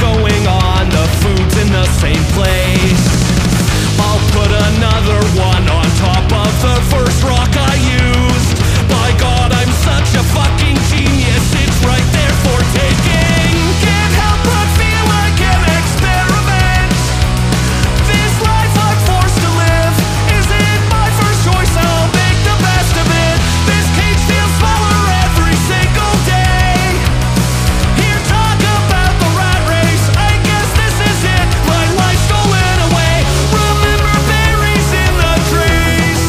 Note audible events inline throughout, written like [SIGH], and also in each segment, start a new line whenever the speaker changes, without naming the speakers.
going on. The food's in the same place. I'll put another one on top of the first rock I used. By God, I'm such a fucking genius. It's right there for taking. Can't help but feel like an experiment. This life I'm forced to live isn't my first choice. I'll make the best of it. This cage feels smaller every single day. Here talk about the rat race. I guess this is it. My life stolen away. Remember berries in the trees.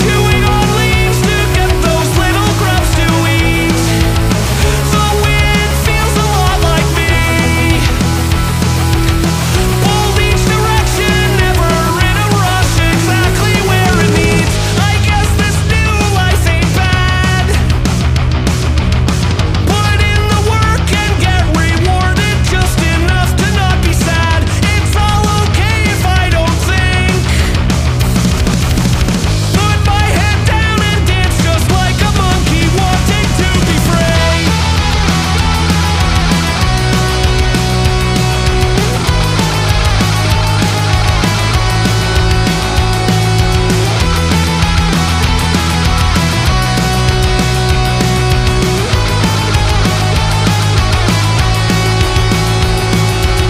Chewing on leaves to get those little grubs to eat. The wind feels a lot like me. Pulled each direction, never in a rush, exactly where it leads. I guess this new life ain't bad. Put in the work and get rewarded just enough to not be sad. It's all okay if I don't think. Put my head down and dance just like a monkey wanting to be free.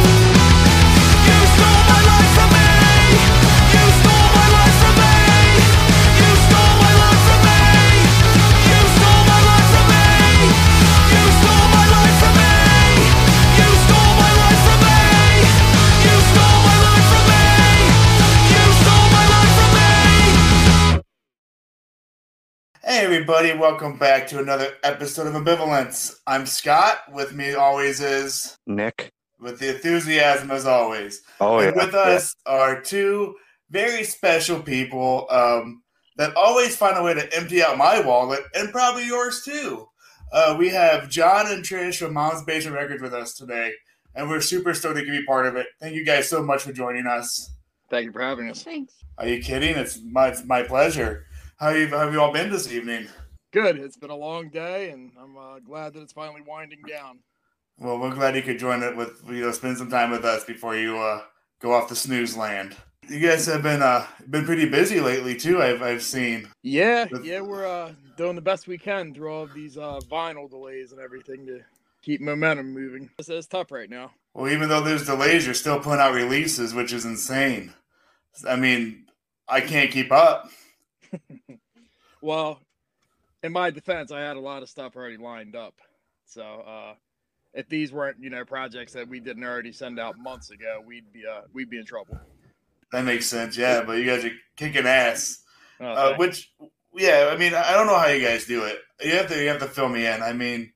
You stole my life from me. You stole my life from me. You stole my life from me. You stole my life from me. You stole my life from me. You stole my life from me. You stole my life from me. You stole my life from me.
Hey, everybody, welcome back to another episode of Ambivalence. I'm Scott. With me always is,
Nick.
with the enthusiasm as always.
Oh yeah.
and with us are two very special people um, that always find a way to empty out my wallet and probably yours too. Uh, we have John and Trish from Mom's Basement Records with us today, and we're super stoked to be part of it. Thank you guys so much for joining us.
Thank you for having us.
Thanks.
Are you kidding? It's my, it's my pleasure. How you, how have you all been this evening?
Good. It's been a long day, and I'm uh, glad that it's finally winding down.
Well, we're glad you could join it with you know spend some time with us before you uh, go off the snooze land. You guys have been uh, been pretty busy lately too. I've I've seen.
Yeah,
That's-
yeah, we're uh, doing the best we can through all of these uh, vinyl delays and everything to keep momentum moving. It's, it's tough right now.
Well, even though there's delays, you're still putting out releases, which is insane. I mean, I can't keep up.
Well, in my defense, I had a lot of stuff already lined up. So uh, if these weren't, you know, projects that we didn't already send out months ago, we'd be uh, we'd be in trouble.
That makes sense, yeah. But you guys are kicking ass.
Oh,
Uh,
thanks.
which, yeah, I mean, I don't know how you guys do it. You have to you have to fill me in. I mean,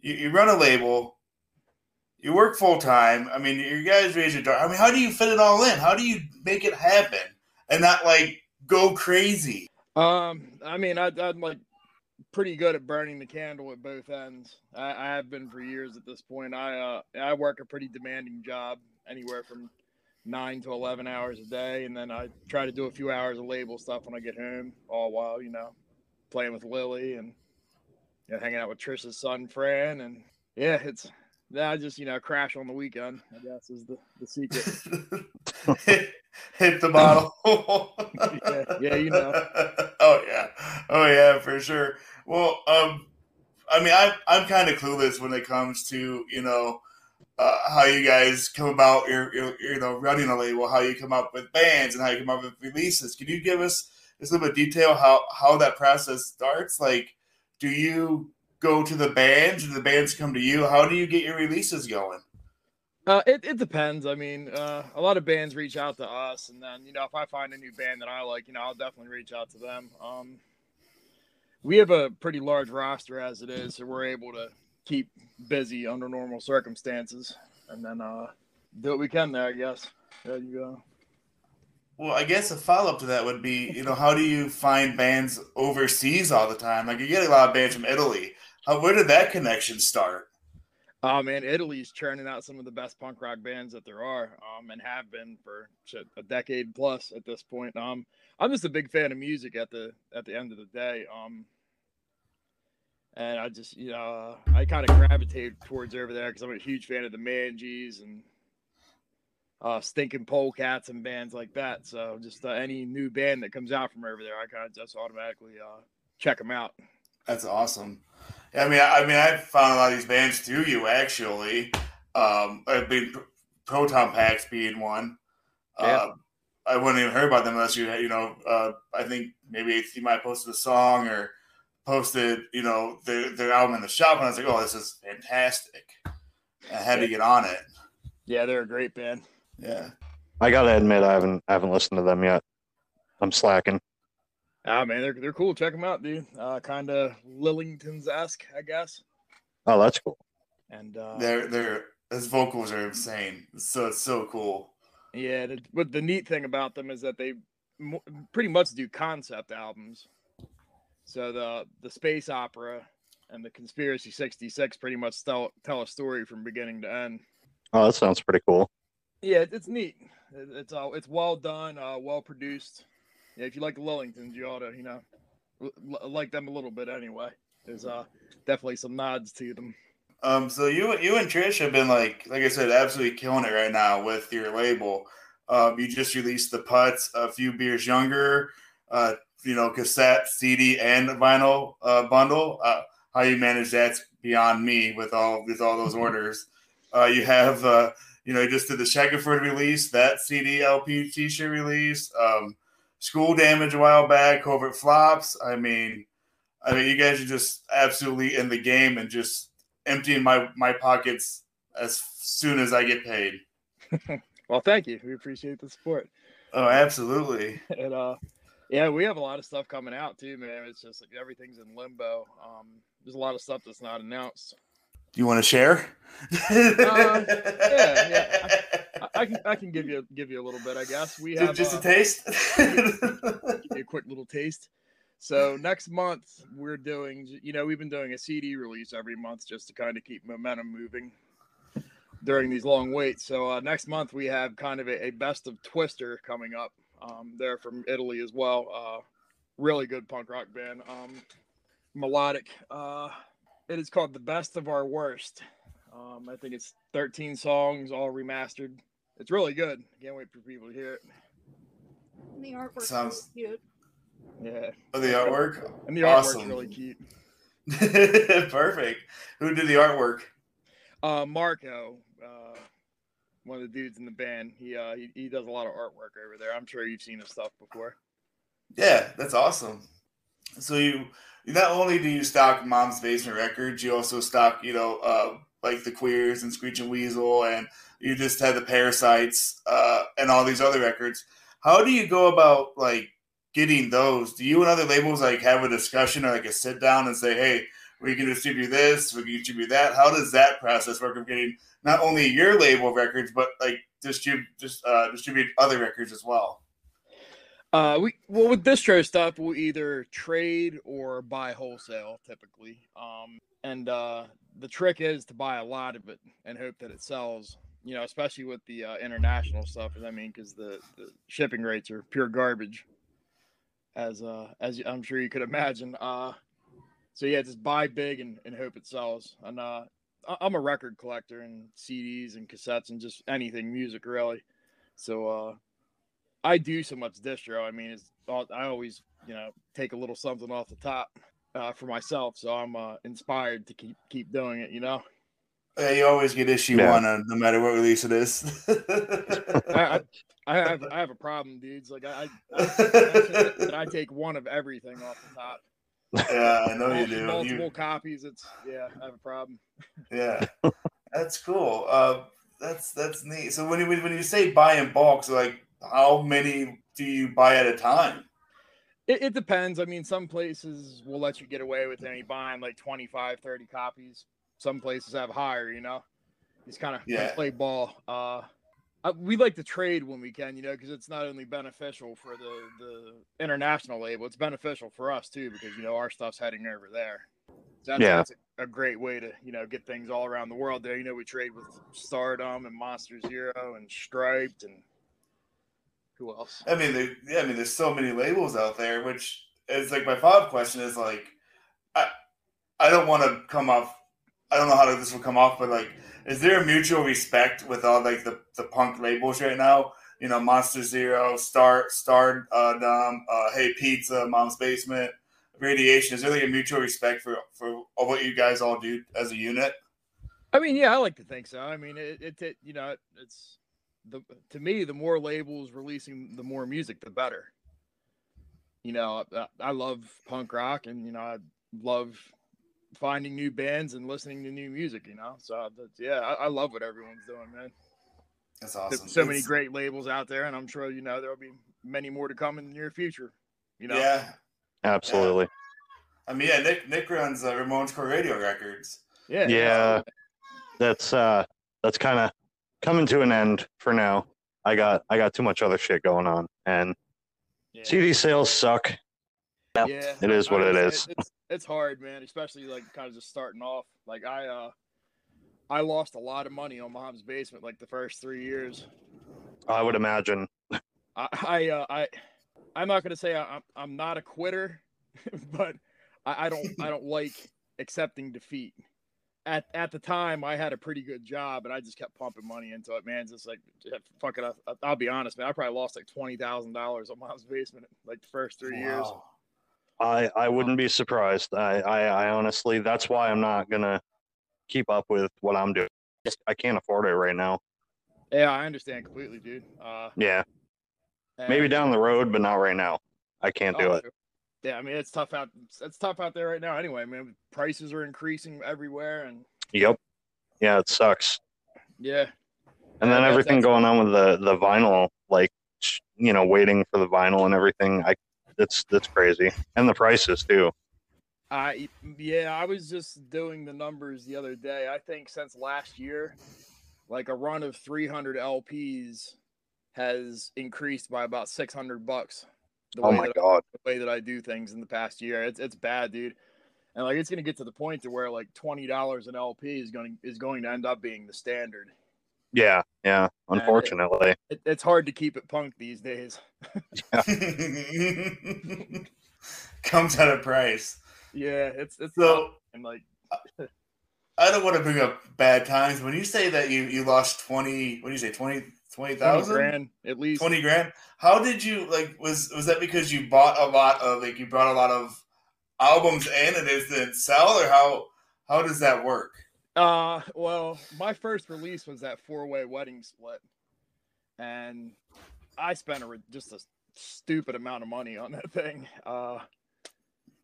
you, you run a label, you work full time. I mean, you guys raise your dog. I mean, how do you fit it all in? How do you make it happen and not like go crazy? [LAUGHS]
Um, I mean, I, I'm like pretty good at burning the candle at both ends. I, I have been for years at this point. I uh, I work a pretty demanding job, anywhere from nine to eleven hours a day, and then I try to do a few hours of label stuff when I get home. All while you know, playing with Lily and you know, hanging out with Trish's son Fran, and yeah, it's I just you know crash on the weekend. I guess is the the secret.
[LAUGHS] hit, hit the bottle.
Yeah, yeah, you know.
[LAUGHS] Oh yeah, oh yeah, for sure. Well, um, I mean, I'm I'm kind of clueless when it comes to you know uh, how you guys come about your, your you know running a label, how you come up with bands, and how you come up with releases. Can you give us just a little bit of detail how how that process starts? Like, do you go to the bands, do the bands come to you? How do you get your releases going?
Uh, it, it depends. I mean, uh, a lot of bands reach out to us, and then you know, if I find a new band that I like, you know, I'll definitely reach out to them. Um, we have a pretty large roster as it is, so we're able to keep busy under normal circumstances, and then uh, do what we can there. I guess. There you go.
Well, I guess a follow up to that would be, you know, how do you find bands overseas all the time? Like you get a lot of bands from Italy. How, where did that connection start?
Oh man, Italy's churning out some of the best punk rock bands that there are, um, and have been for shit, a decade plus at this point. Um, I'm just a big fan of music at the at the end of the day. Um, and I just you know uh, I kind of gravitate towards over there because I'm a huge fan of the Mangies and uh, Stinking Polecats and bands like that. So just uh, any new band that comes out from over there, I kind of just automatically uh, check them out.
That's awesome. I mean, I, I mean, I found a lot of these bands through you actually. Um, I've been Proton Packs being one. Uh, I wouldn't even heard about them unless you, had- you know, uh, I think maybe you might posted a song or posted, you know, their, their album in the shop, and I was like, oh, this is fantastic. I had to get on it.
Yeah, they're a great band.
Yeah.
I gotta admit, I haven't I haven't listened to them yet. I'm slacking.
Ah man, they're they're cool. Check them out, dude. Uh, kind of Lillingtons esque, I guess.
Oh, that's cool.
And uh,
Their their his vocals are insane. So it's so cool.
yeah, the, but the neat thing about them is that they mo- pretty much do concept albums. So the the space opera and the conspiracy sixty six pretty much tell tell a story from beginning to end.
Oh, that sounds pretty cool.
Yeah, it- it's neat. It- It's all it's well done, uh, well produced. Yeah, if you like the Lillingtons, you ought to you know l- l- like them a little bit anyway. There's uh definitely some nods to them.
Um, so you you and Trish have been like like I said, absolutely killing it right now with your label. Um, you just released the putts a few beers younger, uh, you know, cassette, CD, and vinyl uh, bundle. Uh, how you manage that's beyond me with all with all those orders. Uh, you have uh, you know, you just did the Shackelford release, that CD LP T-shirt release, um, School Damage a while back, Covert Flops. I mean, I mean, you guys are just absolutely in the game and just emptying my my pockets as soon as I get paid.
Well, thank you. We appreciate the support. [LAUGHS]
Oh, absolutely.
and uh yeah we have a lot of stuff coming out too man it's just like everything's in limbo um there's a lot of stuff that's not announced
Do you want to share?
yeah, I, I can i can give you give you a little bit i guess we
[LAUGHS]
have
Just, just
uh,
a taste.
give you a quick little taste so next month we're doing you know we've been doing a cd release every month just to kind of keep momentum moving during these long waits so uh, next month we have kind of a, a best of twister coming up um, they're from italy as well uh, really good punk rock band um, melodic uh, it is called the best of our worst um, i think it's 13 songs all remastered it's really good can't wait for people to hear it
And the artwork
Sounds-
sounds cute.
yeah
Oh, the artwork. [LAUGHS]
and the artwork's
Awesome.
really cute
Perfect. Who did the artwork?
uh marco uh one of the dudes in the band he uh he, he does a lot of artwork over there i'm sure you've seen his stuff before
Yeah, that's awesome. So you not only do you stock Mom's Basement Records, you also stock you know uh, like the Queers and Screeching Weasel, and you just had the Parasites uh, and all these other records. How do you go about like getting those? Do you and other labels like have a discussion or like a sit down and say, hey, we can distribute this, we can distribute that? How does that process work of getting not only your label records but like distribute just uh, distribute other records as well?
uh we well with distro stuff we either trade or buy wholesale typically um and uh the trick is to buy a lot of it and hope that it sells you know especially with the uh, international stuff i mean because the, the shipping rates are pure garbage as uh as i'm sure you could [LAUGHS] imagine uh so yeah just buy big and, and hope it sells and uh I- i'm a record collector and cds and cassettes and just anything music really so uh i do so much distro i mean it's all- i always you know take a little something off the top uh, for myself so i'm uh, inspired to keep keep doing it you know
Yeah, you always get issue
Yeah.
one, uh, no matter what release it is.
I, I, I have I have a problem, dudes. Like I, I, I, that I take one of everything off
[LAUGHS]
the top.
[LAUGHS] yeah, I know you
Multiple,
do. You-
multiple copies. It's yeah, I have a problem.
yeah, that's cool. Uh, that's that's neat. So when you when you say buy in bulk, so like how many do you buy at a time?
It, it depends. I mean, some places will let you get away with only buying like 25, 30 copies. Some places have higher, you know. Just kind of
Yeah.
play ball. Uh, I, we like to trade when we can, you know, because it's not only beneficial for the the international label, it's beneficial for us too because you know our stuff's heading over there. So that's,
Yeah.
that's a, a great way to you know get things all around the world. There, you know, we trade with Stardom and Monster Zero and Striped and who else?
I mean, there, yeah, I mean, there's so many labels out there. Which is like my follow up question is like, I I don't want to come off. I don't know how this will come off, but like, is there a mutual respect with all like the, the punk labels right now? You know, Monster Zero, Star Star uh, Dom, uh, Hey Pizza, Mom's Basement, Radiation. Is there like a mutual respect for for what you guys all do as a unit?
I mean, yeah, I like to think so. I mean, it, it, it you know, it, it's the to me the more labels releasing, the more music, the better. You know, I, I love punk rock, and you know, I love finding new bands and listening to new music. You know, so that's, yeah, I, I love what everyone's doing, man.
That's
There's
awesome.
so many
It's-
great labels out there, and I'm sure you know there'll be many more to come in the near future. You know,
Yeah,
Absolutely.
I mean, yeah. Nick Nick runs uh, Ramones Core Radio Records.
yeah,
Yeah. That's uh that's kind of coming to an end for now. I got I got too much other shit going on and
yeah.
CD sales suck.
Yeah,
It is what
I-
it
it's-
is.
It's, it's hard, man, especially like kind of just starting off. Like I, uh, I lost a lot of money on Mom's Basement like the first three years.
I would imagine.
I, I, uh, I, I'm not gonna say I, I'm, I'm not a quitter, [LAUGHS] but I, I don't, I don't like accepting defeat. At at the time, I had a pretty good job, and I just kept pumping money into it. Man, just like fucking, I, I'll be honest, man, I probably lost like twenty thousand dollars on Mom's Basement like the first three years.
Wow.
I I wouldn't be surprised. I I, I honestly that's why I'm not gonna keep up with what I'm doing. Just- I can't afford it right now.
Yeah, I understand completely, dude. Uh,
Yeah, maybe
and-
down the road, but not right now. I can't do
Oh,
it.
sure. Yeah, I mean it's tough out. It's tough out there right now. Anyway, man, prices are increasing everywhere, and
Yep. Yeah, it sucks.
yeah,
and
Yeah,
then
that-
everything
that's-
going on with the the vinyl like sh- you know waiting for the vinyl and everything i it's that's crazy and the prices too
I yeah, I was just doing the numbers the other day. I think since last year, like a run of 300 LPs has increased by about 600 bucks. The
oh
way
my
that
god
the way that I do things in the past year. It's it's bad, dude. And like it's gonna get to the point to where like twenty dollars an LP is going is going to end up being the standard.
yeah yeah
it-
unfortunately
It, it's hard to keep it punk these days.
[LAUGHS] Comes at a price.
Yeah, it's it's tough.
So
and like
I don't want to bring up bad times. When you say that you, you lost twenty, what do you say 20
twenty
20,000?
grand at least.
20 grand. How did you like? Was was that because you bought a lot of like you bought a lot of albums in and it didn't sell, or how how does that work?
Uh, well, my first release was that four-way wedding split, and I spent a ri- just a stupid amount of money on that thing. Uh,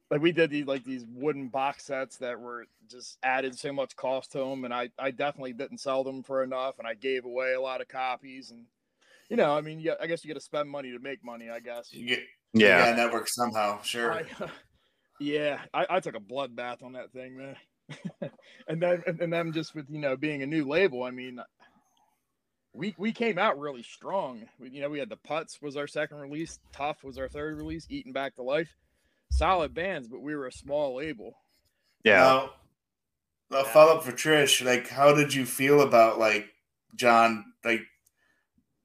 like we did these like these wooden box sets that were just added so much cost to them, and I I definitely didn't sell them for enough, and I gave away a lot of copies, and you know, I mean, yeah, I guess you got to spend money to make money, I guess.
You get
yeah,
you gotta network somehow. Sure.
I, uh, yeah, I, I took a bloodbath on that thing, man. [LAUGHS] and then and, and then just with you know being a new label, I mean, we we came out really strong. We, you know, we had the Putts was our second release, Tough was our third release, Eating Back to Life, solid bands, but we were a small label.
yeah
Now, a follow up for Trish. Like, how did you feel about like John, like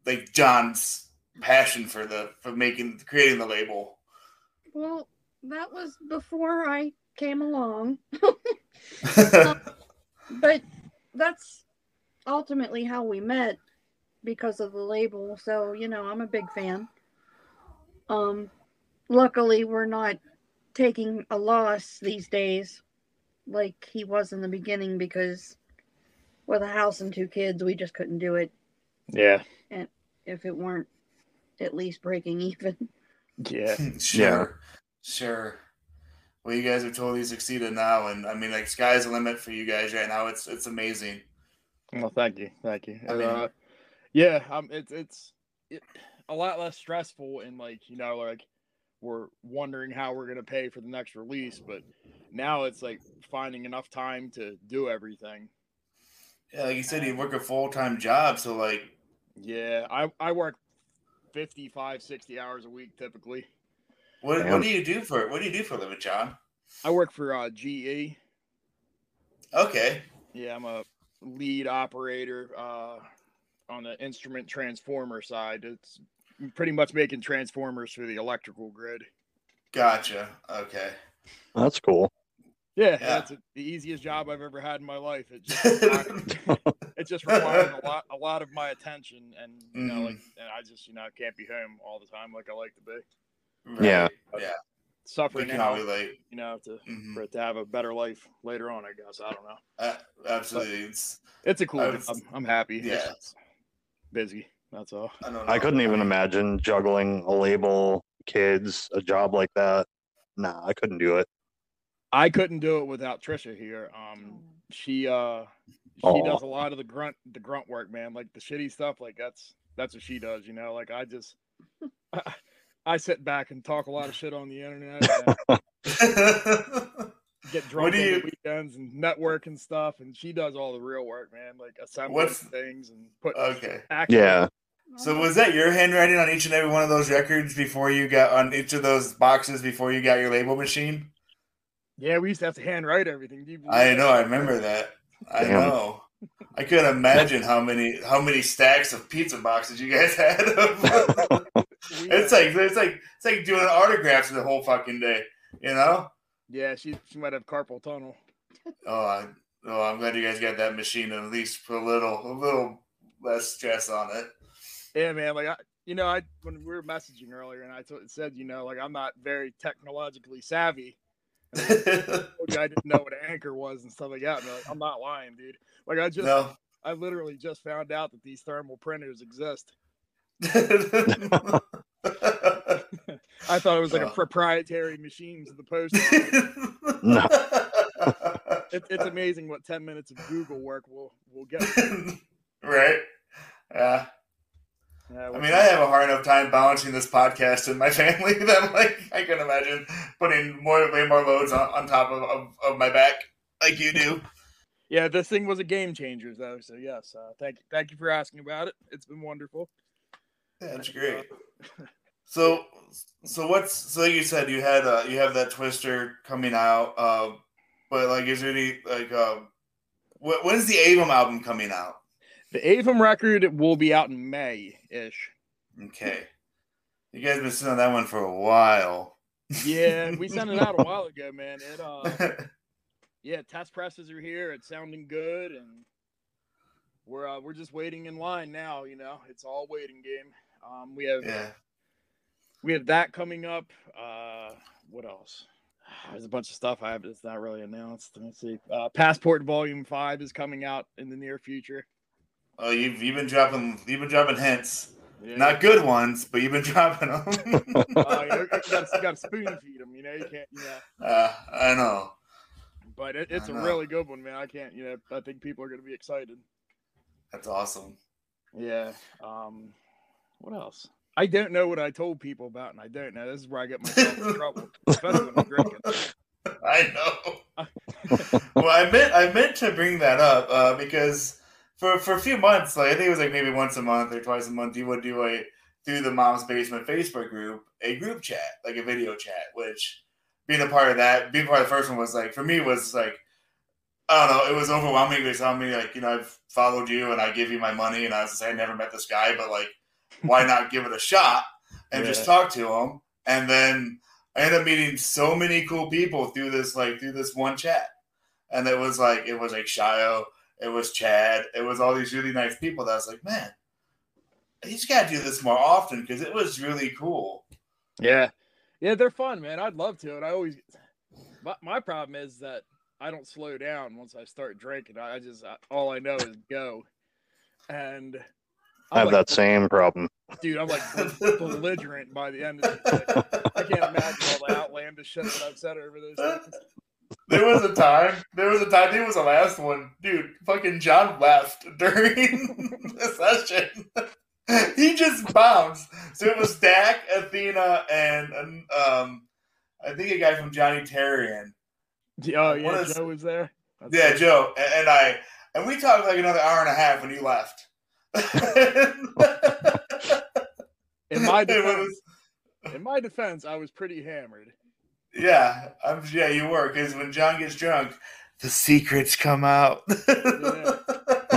like John's passion for the for making creating the label?
[LAUGHS]
Well, that was before I came along, but that's ultimately how we met because of the label. So, you know, I'm a big fan. Um luckily we're not taking a loss these days like he was in the beginning because with a house and two kids, we just couldn't do it
Yeah,
if it weren't at least breaking [LAUGHS] even.
yeah,
sure. Sure. Well, you guys have totally succeeded now, and I mean, like, sky's the limit for you guys right now. It's it's amazing.
Well, thank you, thank you.
I mean-
Uh, yeah, um, it's it's it, a lot less stressful, and like you know, like we're wondering how we're gonna pay for the next release, but now it's like finding enough time to do everything.
Yeah, like you said, you work a full time job, so like,
Yeah, I I work 55, 60 hours a week typically.
what
Damn.
what do you do for what do you do for a living, John?
I work for uh, GE.
Okay,
Yeah, I'm a lead operator uh, on the instrument transformer side. It's pretty much making transformers for the electrical grid.
gotcha. Okay,
that's cool
Yeah,
Yeah.
that's the easiest job I've ever had in my life. It just it just required a lot a lot of my attention, and you know,
Mhm.
like and I just you know can't be home all the time like I like to be.
Right.
Yeah.
yeah. We
Suffering
can
now,
all relate.
you know, to
Mhm.
for it to have a better life later on. I guess I don't know.
Uh, absolutely. It's,
It's a cool
I
job.
was-
I'm happy. It's
Yeah.
just busy. That's all.
I don't know.
I couldn't
[LAUGHS]
even imagine juggling a label, kids, a job like that. Nah, I couldn't do it.
I couldn't do it without Trisha here. Um, she uh, she
Aw.
does a lot of the grunt the grunt work, man. Like the shitty stuff, like that's that's what she does. You know, like I just I, I sit back and talk a lot of shit on the internet,
[LAUGHS]
and get drunk
do
on
you-
the weekends and network and stuff. And she does all the real work, man. Like assembling
What's- uh,
things and putting
okay.
back-
Yeah. [LAUGHS]
So was that your handwriting on each and every one of those records before you got on each of those boxes before you got your label machine?
yeah. We used to have to handwrite everything. Do you believe
I
that?
know. I remember that. I
Damn.
know. I couldn't imagine how many how many stacks of pizza boxes you guys [LAUGHS] had.
[LAUGHS]
We,
it's
uh,
like it's like it's like doing autographs the whole fucking day. You know.
yeah, she she might have carpal tunnel.
Oh, I, oh, I'm glad you guys got that machine and at least put a little, a little less stress on it.
Yeah, man. Like I, you know, I when we were messaging earlier, and I t- said, you know, like I'm not very technologically savvy. And I
[LAUGHS]
told you I didn't know what an anchor was and stuff like that. And like, I'm not lying, dude. Like I just,
no.
I literally just found out that these thermal printers exist. I thought it was like a
Oh.
proprietary machine to the post.
[LAUGHS]
office. It, it's amazing what 10 minutes of Google work will
[LAUGHS]
will get. you.
[LAUGHS] right. Yeah.
Yeah,
I
well,
mean, I have a hard enough time balancing this podcast and my family [LAUGHS] that, like, I can imagine putting more, way more loads on, on top of, of, of my back like you do.
yeah, this thing was a game changer, though. So yes, uh, thank you, thank you for asking about it. It's been wonderful.
That's great. So, so what's so like you said you had uh, you have that twister coming out, uh, but like is there any like uh, wh- when's the Avum album coming out?
The Avum record will be out in May ish.
Okay, you guys been sitting on that one for a while.
Yeah, we sent it out a while ago, man.
[LAUGHS]
It uh yeah, test presses are here. It's sounding good and we're uh, we're just waiting in line now, you know. It's all waiting game. Um we have
yeah,
we have that coming up. Uh what else? There's a bunch of stuff I have that's not really announced. Let me see. Uh, Passport Volume Five is coming out in the near future.
oh you've you've been dropping you've been dropping hints,
Yeah.
not good ones, but you've been [LAUGHS] dropping them.
uh, you, got to spoon feed them, you know. You can't, you
[LAUGHS]
know.
uh, I know.
But it, it's a
know.
really good one, man. I can't, you know. I think people are going to be excited.
That's awesome. [LAUGHS]
Yeah. Um, what else? I don't know what I told people about, and I don't know. This is where I get myself in
[LAUGHS]
trouble, especially when I'm drinking.
I know.
[LAUGHS]
well, I meant I meant to bring that up uh, because for for a few months, like I think it was like maybe once a month or twice a month, you would do a through the Mom's Basement Facebook group a group chat, like a video chat. Which being a part of that, being part of the first one was like for me was like I don't know, it was overwhelming because I mean, like you know, I've followed you and I give you my money, and I was just I never met this guy, but like why not give it a shot and just
Yeah.
talk to him and then I ended up meeting so many cool people through this like through this one chat. And it was like it was like Shio, it was Chad, it was all these really nice people that I was like, man, he's gotta do this more often because it was really
[LAUGHS]
cool. [LAUGHS]
Yeah, yeah, they're fun, man. I'd love to, and I always. My, my problem is that I don't slow down once I start drinking. I I just I, all I know is go, and
I have
I'm like,
that same problem.
dude. I'm like bel- belligerent by the end of it. Like, I can't imagine all the outlandish shit that I've said over those things.
there was a time. There was a time. I think it was the last one, dude. Fucking John left [LAUGHS] during the session. [LAUGHS] he just bounced. So it was Dak, Athena, and um, I think a guy from Johnny Terrian. [LAUGHS]
Oh
What
yeah,
is-
Joe was there. That's
Yeah,
right.
Joe and, and I, and we talked like another hour and a half when you
[LAUGHS]
left. [LAUGHS]
In my
It was-
defense, in my defense, I was pretty hammered.
Yeah, I'm, yeah, you were because when John gets drunk, the secrets come out. [LAUGHS]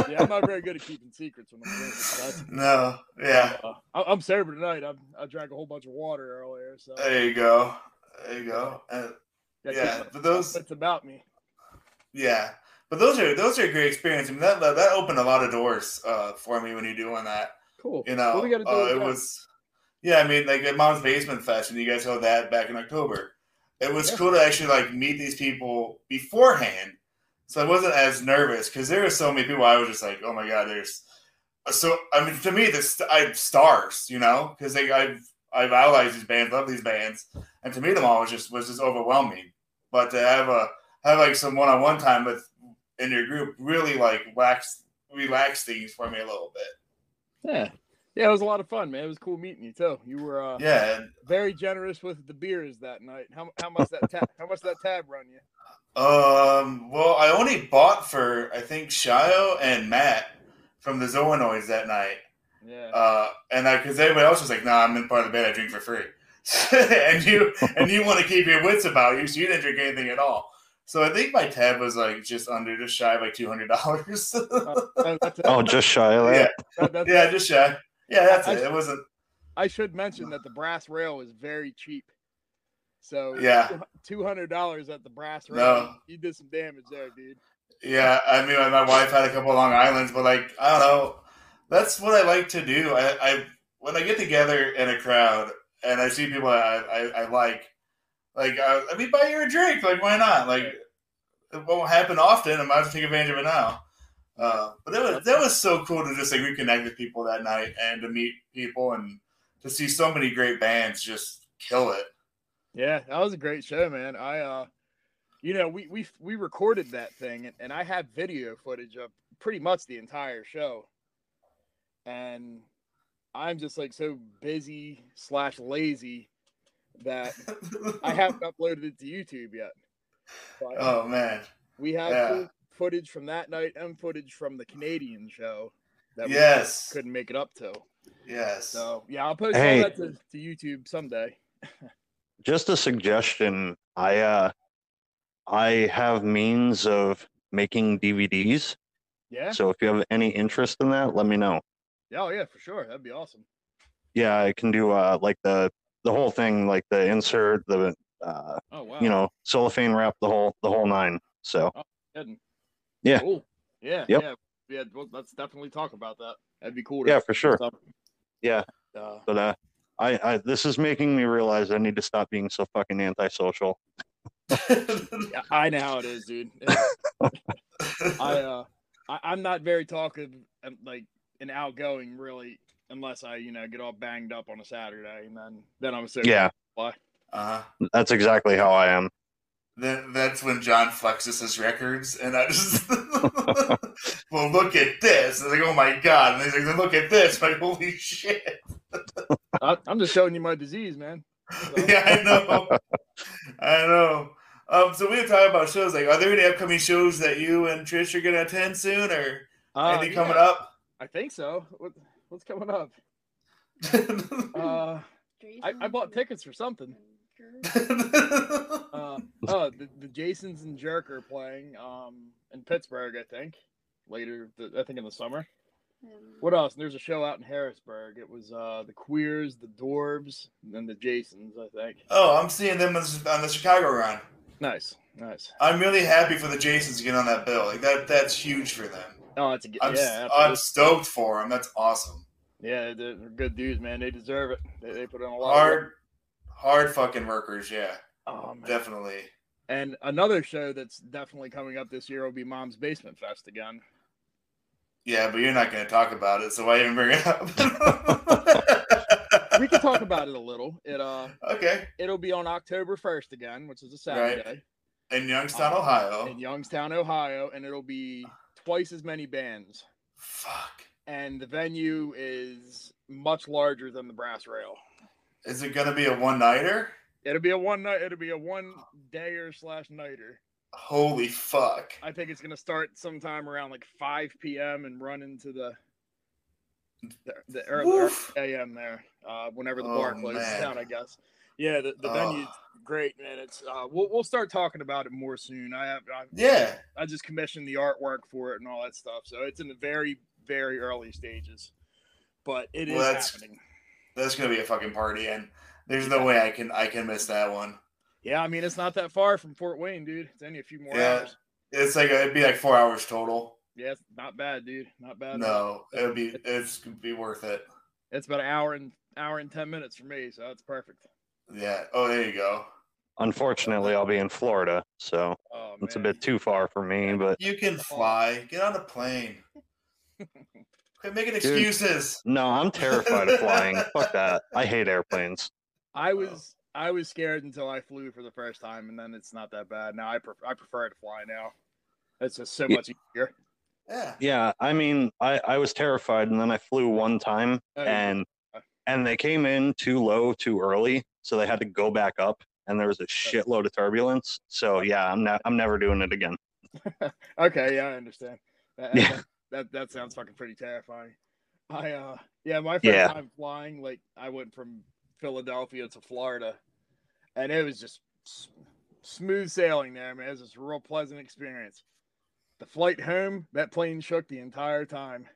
Yeah, I'm not very good at keeping secrets when I'm drinking. so That's,
no, yeah,
uh, I- I'm sober tonight. I'm, I drank a whole bunch of water earlier, so
there you go, there you go. Uh,
I keep
yeah,
my
but those,
wits about me.
yeah. But those are those are great experience. I mean, that that opened a lot of doors uh, for me when you're doing that.
Cool.
You know,
What we gotta do
uh,
is
it
go.
was, yeah, I mean, like at Mom's Basement Fest, and you guys held that back in October. It was
Yeah.
cool to actually like meet these people beforehand, so I wasn't as nervous because there were so many people. I was just like, oh my god, there's so. I mean, to me, this I'm stars, you know, because like I've I've idolized these bands, love these bands, and to meet them all was just was just overwhelming. But to have a have like some one on one time with in your group really like relaxed relaxed things for me a little bit.
Yeah. Yeah, it was a lot of fun, man. It was cool meeting you too. You were uh,
Yeah, and-
very generous with the beers that night. How, how much that tab how much that tab run you?
Um. Well, I only bought for I think Shio and Matt from the Zoonoids that night.
Yeah.
Uh, and I because everybody else was like, "Nah, I'm in part of the band. I drink for free." [LAUGHS] and you and you want to keep your wits about you, so you didn't drink anything at all. So I think my tab was like just under, just shy of like two hundred dollars. [LAUGHS]
That- that's it.
Oh, just shy of that.
That- that's
yeah,
it.
just shy. Yeah, that's
I-
it. It wasn't.
I should mention that the brass rail is very cheap. So
Yeah.
two hundred dollars at the brass rail.
No.
You did some damage there, dude.
Yeah, I mean, my wife had a couple of Long Island's, but like, I don't know. That's what I like to do. I, I when I get together in a crowd and I see people I, I, I like, like, I, I mean, buy you a drink. Like, why not? Like, it won't happen often. I might have to take advantage of it now. Uh, but that was that was so cool to just like reconnect with people that night and to meet people and to see so many great bands just kill it.
Yeah, that was a great show, man. I uh you know, we we we recorded that thing and, and I have video footage of pretty much the entire show. And I'm just like so busy slash lazy that I haven't uploaded it to YouTube yet. But
[LAUGHS] oh man,
we have
yeah.
full footage from that night and footage from the Canadian show that we
yes,
couldn't make it up to.
yes. [LAUGHS]
So yeah, I'll post
Hey.
all that to, to YouTube someday.
Just a suggestion. I uh, I have means of making DVDs.
Yeah.
So if you have any interest in that, let me know.
Yeah, oh yeah, for sure. That'd be awesome.
Yeah, I can do uh like the the whole thing, like the insert, the uh,
Oh wow.
you know, cellophane wrap, the whole the whole nine. So
Kidding.
Yeah.
Cool. Yeah.
Yep.
Yeah. Yeah. Well, let's definitely talk about that. That'd be cool.
yeah, for sure.
Stuff.
Yeah.
Uh,
But uh, I, I this is making me realize I need to stop being so fucking antisocial.
yeah, I know how it is, dude.
[LAUGHS]
It's- I uh, I, I'm not very talkative, um, like and outgoing, really, unless I you know get all banged up on a Saturday, and then then I'm so
Yeah,
uh-huh.
that's exactly how I am.
Then that's when John flexes his records, and I just, [LAUGHS] well, look at this. And like, oh my god! And he's like, look at this. Like, holy shit! [LAUGHS]
I, I'm just showing you my disease, man.
[LAUGHS]
So,
Yeah, I know. I know. Um, so we were talking about shows. Like, are there any upcoming shows that you and Trish are gonna attend soon, or
uh,
anything
yeah,
coming up?
I think so. What, what's coming up? Uh, I, I bought tickets for something. Uh, oh, the, the Jasons and Jerk are playing um, in Pittsburgh, I think. Later, th- I think in the summer. What else? There's a show out in Harrisburg. It was uh, the Queers, the Dwarves, and then the Jasons, I think.
[LAUGHS] oh, I'm seeing them on on the Chicago run.
Nice, nice.
I'm really happy for the Jasons to get on that bill. Like that, that's huge for them.
Oh, it's a g-
I'm,
yeah,
I'm
absolutely.
stoked for them. That's awesome.
yeah. They're they're good dudes, man. They deserve it. They, they put in a lot. Of work.
hard hard fucking workers yeah
Oh, man.
definitely
And another show that's definitely coming up this year will be Mom's Basement Fest again.
yeah but you're not going to talk about it so why even bring it up
We can talk about it a little. It uh,
[LAUGHS] okay
it'll be on October first again, which is a Saturday.
in youngstown
Um,
ohio
in Youngstown, Ohio, and it'll be twice as many bands.
fuck
And the venue is much larger than the Brass Rail.
is it going to be a one-nighter
It'll be a one night. It'll be a one dayer slash nighter.
holy fuck
I think it's gonna start sometime around like 5 p.m. and run into the the, the early, early
Woof.
a.m. there. Uh, whenever the
Oh,
bar closes
man.
down, I guess. Yeah, the, the
Oh.
venue's great, man. It's uh, we'll we'll start talking about it more soon. I have I,
yeah
I just commissioned the artwork for it and all that stuff. So it's in the very, very early stages. But it is
Well, that's-
happening.
that's going to be a fucking party and there's no way i can i can miss that one
Yeah, I mean it's not that far from Fort Wayne, dude. It's only a few more
Yeah.
hours.
It's like it'd be like four hours total.
Yeah, it's not bad, dude. Not bad. at all.
No, it'd be it's gonna be worth it.
It's about an hour and hour and ten minutes for me, so that's perfect.
Yeah. Oh, there you go.
Unfortunately, I'll be in Florida, so
Oh,
it's a
man.
bit too far for me. But
You can fly. Get on a plane. Quit making
Dude.
excuses.
no, I'm terrified of flying. Fuck that. I hate airplanes.
I was I was scared until I flew for the first time, and then it's not that bad. Now I prefer I prefer to fly now. It's just so
Yeah.
much easier.
[LAUGHS]
Yeah. [LAUGHS]
Yeah, I mean, I I was terrified, and then I flew one time,
Oh, yeah.
and and they came in too low too early, so they had to go back up, and there was a shitload of turbulence. So yeah, I'm not I'm never doing it again.
Okay, yeah, I understand. That,
Yeah.
that, that that sounds fucking pretty terrifying. I uh yeah, my first
Yeah.
time flying, like I went from Philadelphia to Florida, and it was just s- smooth sailing there, man. It was just a real pleasant experience. The flight home, that plane shook the entire time.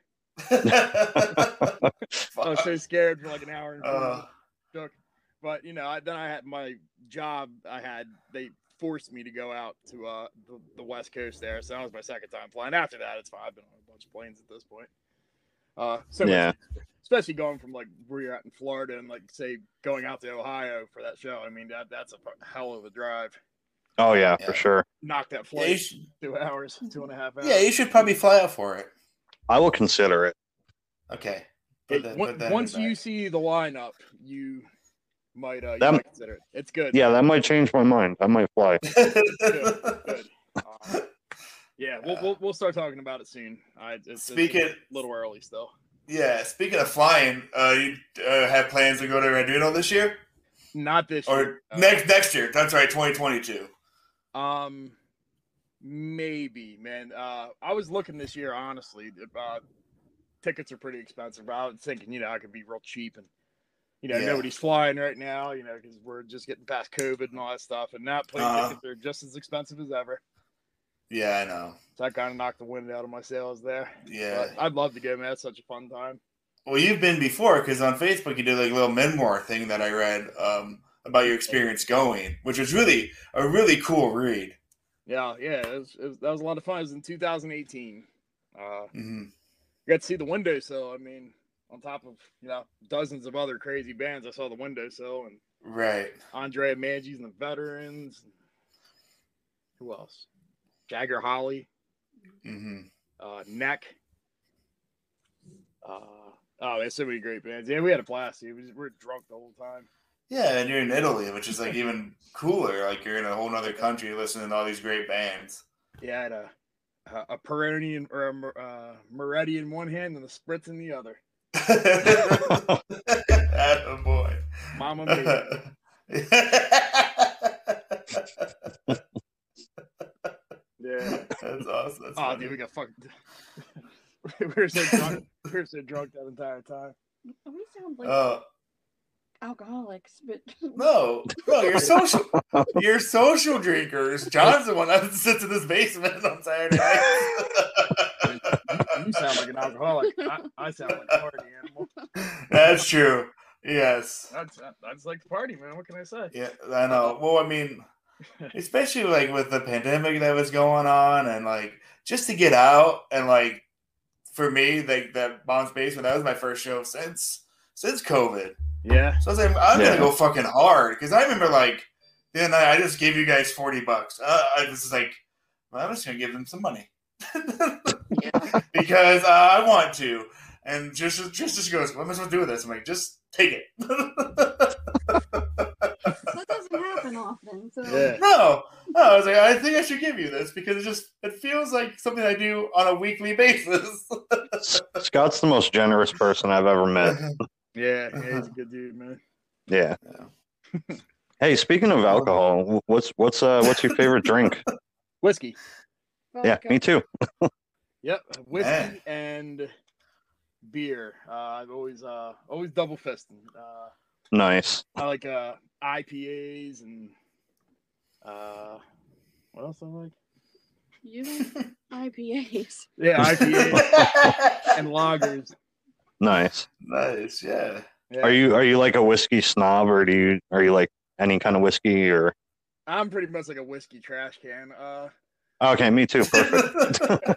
I was Oh, so scared for like an hour and forty
Uh,
took. But you know, I, then I had my job. I had they forced me to go out to uh the, the West Coast there, so that was my second time flying. After that, it's fine. I've been on a bunch of planes at this point. Uh, so much
Yeah.
easier. especially going from like where you're at in Florida and like say going out to Ohio for that show. I mean, that that's a fu- hell of a drive.
Oh yeah,
Yeah.
for sure.
Knock that
yeah, you
flight
should,
two hours, two and a half hours.
yeah, you should probably fly out for it.
I will consider it.
Okay.
It- on-
in
once
the
you
back.
see the lineup, you might uh, you
That-
might consider it. It's good.
Yeah, that might change my mind. I might
[LAUGHS]
fly.
[LAUGHS]
good. Um, yeah, we'll, we'll we'll start talking about it soon. I, it's, it's
Speaking-
a little early still.
yeah. Speaking of flying, uh, you uh, have plans to go to Arduino this year
Not this
or
year. uh,
next next year? That's right, 2022.
Um, maybe, man. Uh, I was looking this year honestly. Uh, tickets are pretty expensive, but I was thinking, you know, I could be real cheap and. You know,
Yeah.
nobody's flying right now, you know, because we're just getting past COVID and all that stuff. And now plane
Uh-huh.
tickets are just as expensive as ever.
Yeah, I know.
So I kind of knocked the wind out of my sails there.
Yeah.
But I'd love to go, man. It's such a fun time.
Well, you've been before because on Facebook you did like a little memoir thing that I read um, about your experience going, which was really a really cool read.
Yeah, yeah, it was, it was, that was a lot of fun. It was in 2018. Uh, I
hmm
got to see the windowsill. I mean, on top of you know dozens of other crazy bands, I saw the windowsill and
Right.
Andrea Mangi's and the Veterans. Who else? Jagger Holly,
hmm
uh, Neck. Uh, oh, there's so many great bands. Yeah, we had a blast. dude. We, just, we were drunk the whole time.
Yeah, and you're in Italy, which is like even cooler. Like you're in a whole other country listening to all these great bands. [LAUGHS]
Yeah, I had a a, a Peroni and or a Mer- uh, Moretti in one hand and a spritz in the other.
Attaboy. [LAUGHS]
Mama mia. Yeah.
That's awesome. That's
Oh,
funny.
dude, we got fucked. [LAUGHS] we were so drunk. we were so drunk that entire time.
We
Uh,
sound like
Oh,
alcoholics,
[LAUGHS]
but
no, no, you're social, you're social drinkers. John's the one that sits in this basement on Saturday nights.
You sound like an alcoholic. I, I sound like a party animal.
[LAUGHS] That's true. Yes.
That's I just like to party, man. What can I say?
Yeah, I know. Well, I mean, especially like with the pandemic that was going on, and like just to get out and like for me, like that Mom's Basement, that was my first show since since COVID.
Yeah.
So I was like, I'm
Yeah.
gonna go fucking hard because I remember like the other night I just gave you guys forty bucks. Uh, I was just like, well, I'm just gonna give them some money [LAUGHS] because uh, I want to. And just just just goes, what am I supposed to do with this? I'm like, just take [LAUGHS] it.
that doesn't happen often.
[LAUGHS]
So
Yeah.
No, no. I was like, I think I should give you this because it just it feels like something I do on a weekly basis. [LAUGHS]
S- Scott's the most generous person I've ever met.
Yeah. yeah he's a good dude, man.
Yeah. Hey, speaking of alcohol, wh- what's what's uh what's your favorite
[LAUGHS]
drink?
Whiskey.
Yeah,
vodka.
me too.
Yep. Whiskey
Man.
and beer. Uh, I've always uh always double fisting. Uh,
Nice.
I like uh IPAs and uh what else I like? [LAUGHS]
You don't IPAs.
Yeah, [LAUGHS] IPAs and lagers.
Nice.
nice, yeah. [LAUGHS]
Yeah.
Are you are you like a whiskey snob or do you are you like any kind of whiskey or
I'm pretty much like a whiskey trash can. Uh,
Okay, me too. Perfect.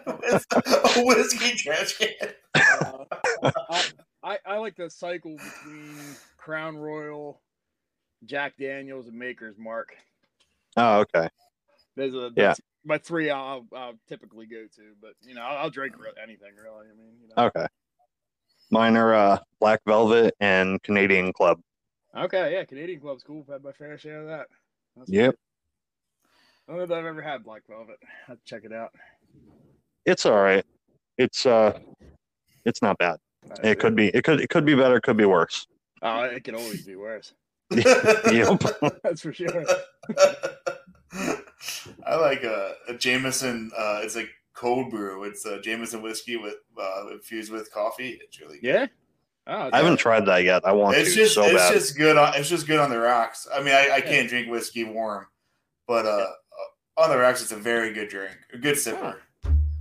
[LAUGHS] a whiskey trash can.
Uh, I, I, I like to cycle between Crown Royal, Jack Daniels, and Maker's Mark.
Oh, okay.
There's a
Yeah.
that's my three I'll, I'll typically go to, but you know I'll, I'll drink re- anything really. I mean, you know.
Okay. Mine are uh, Black Velvet and Canadian Club.
Okay, yeah, Canadian Club's cool. I've had my fair share of that. That's
Yep.
good. I don't know that I've ever had Black Velvet. I'll check it out.
It's all right. It's uh, it's not bad. It could be. It could. It could be better. Could be worse.
Oh, it can always be worse. [LAUGHS]
Yep.
That's for sure.
[LAUGHS] I like a, a Jameson. Uh, it's like cold brew. It's a Jameson whiskey with uh, infused with coffee. It's really good.
Yeah. Oh,
I haven't tried that yet. I want
It's
to
just
so
it's
bad.
just good. On, it's just good on the rocks. I mean, I, I can't drink whiskey warm, but uh, on the rocks, it's a very good drink. A good sipper.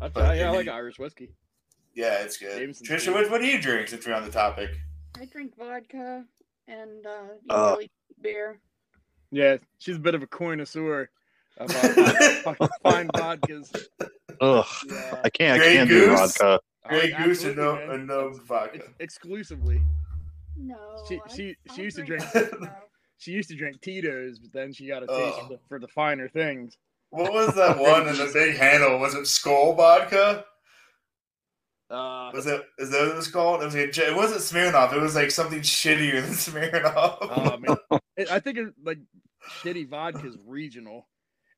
I, try- yeah, I like Irish whiskey.
Yeah, it's good.
Jameson's
Trisha,
good.
what, what do you drink since we're on the
[LAUGHS]
topic?
I drink vodka and uh,
Uh.
usually beer.
Yeah, she's a bit of a connoisseur
[LAUGHS]
of uh,
[LAUGHS]
fucking fine vodkas.
Ugh.
Yeah.
I can't. I
Grey
can't do
Goose?
vodka.
Grey
Oh,
Goose and no,
absolutely, man.
and no vodka.
[LAUGHS] Ex- exclusively.
No.
She-
I-
she-
I
she used to
drink-
vodka.
[LAUGHS] She used to drink Tito's, but then she got a taste
Oh.
for, the, for the finer things.
What was that one in the big handle? Was it Skull Vodka?
Uh,
Was it? Is that what it was called? It, was like, it wasn't Smirnoff. It was like something shittier than [LAUGHS] Smirnoff.
oh man, it, I think it, like shitty vodka's regional.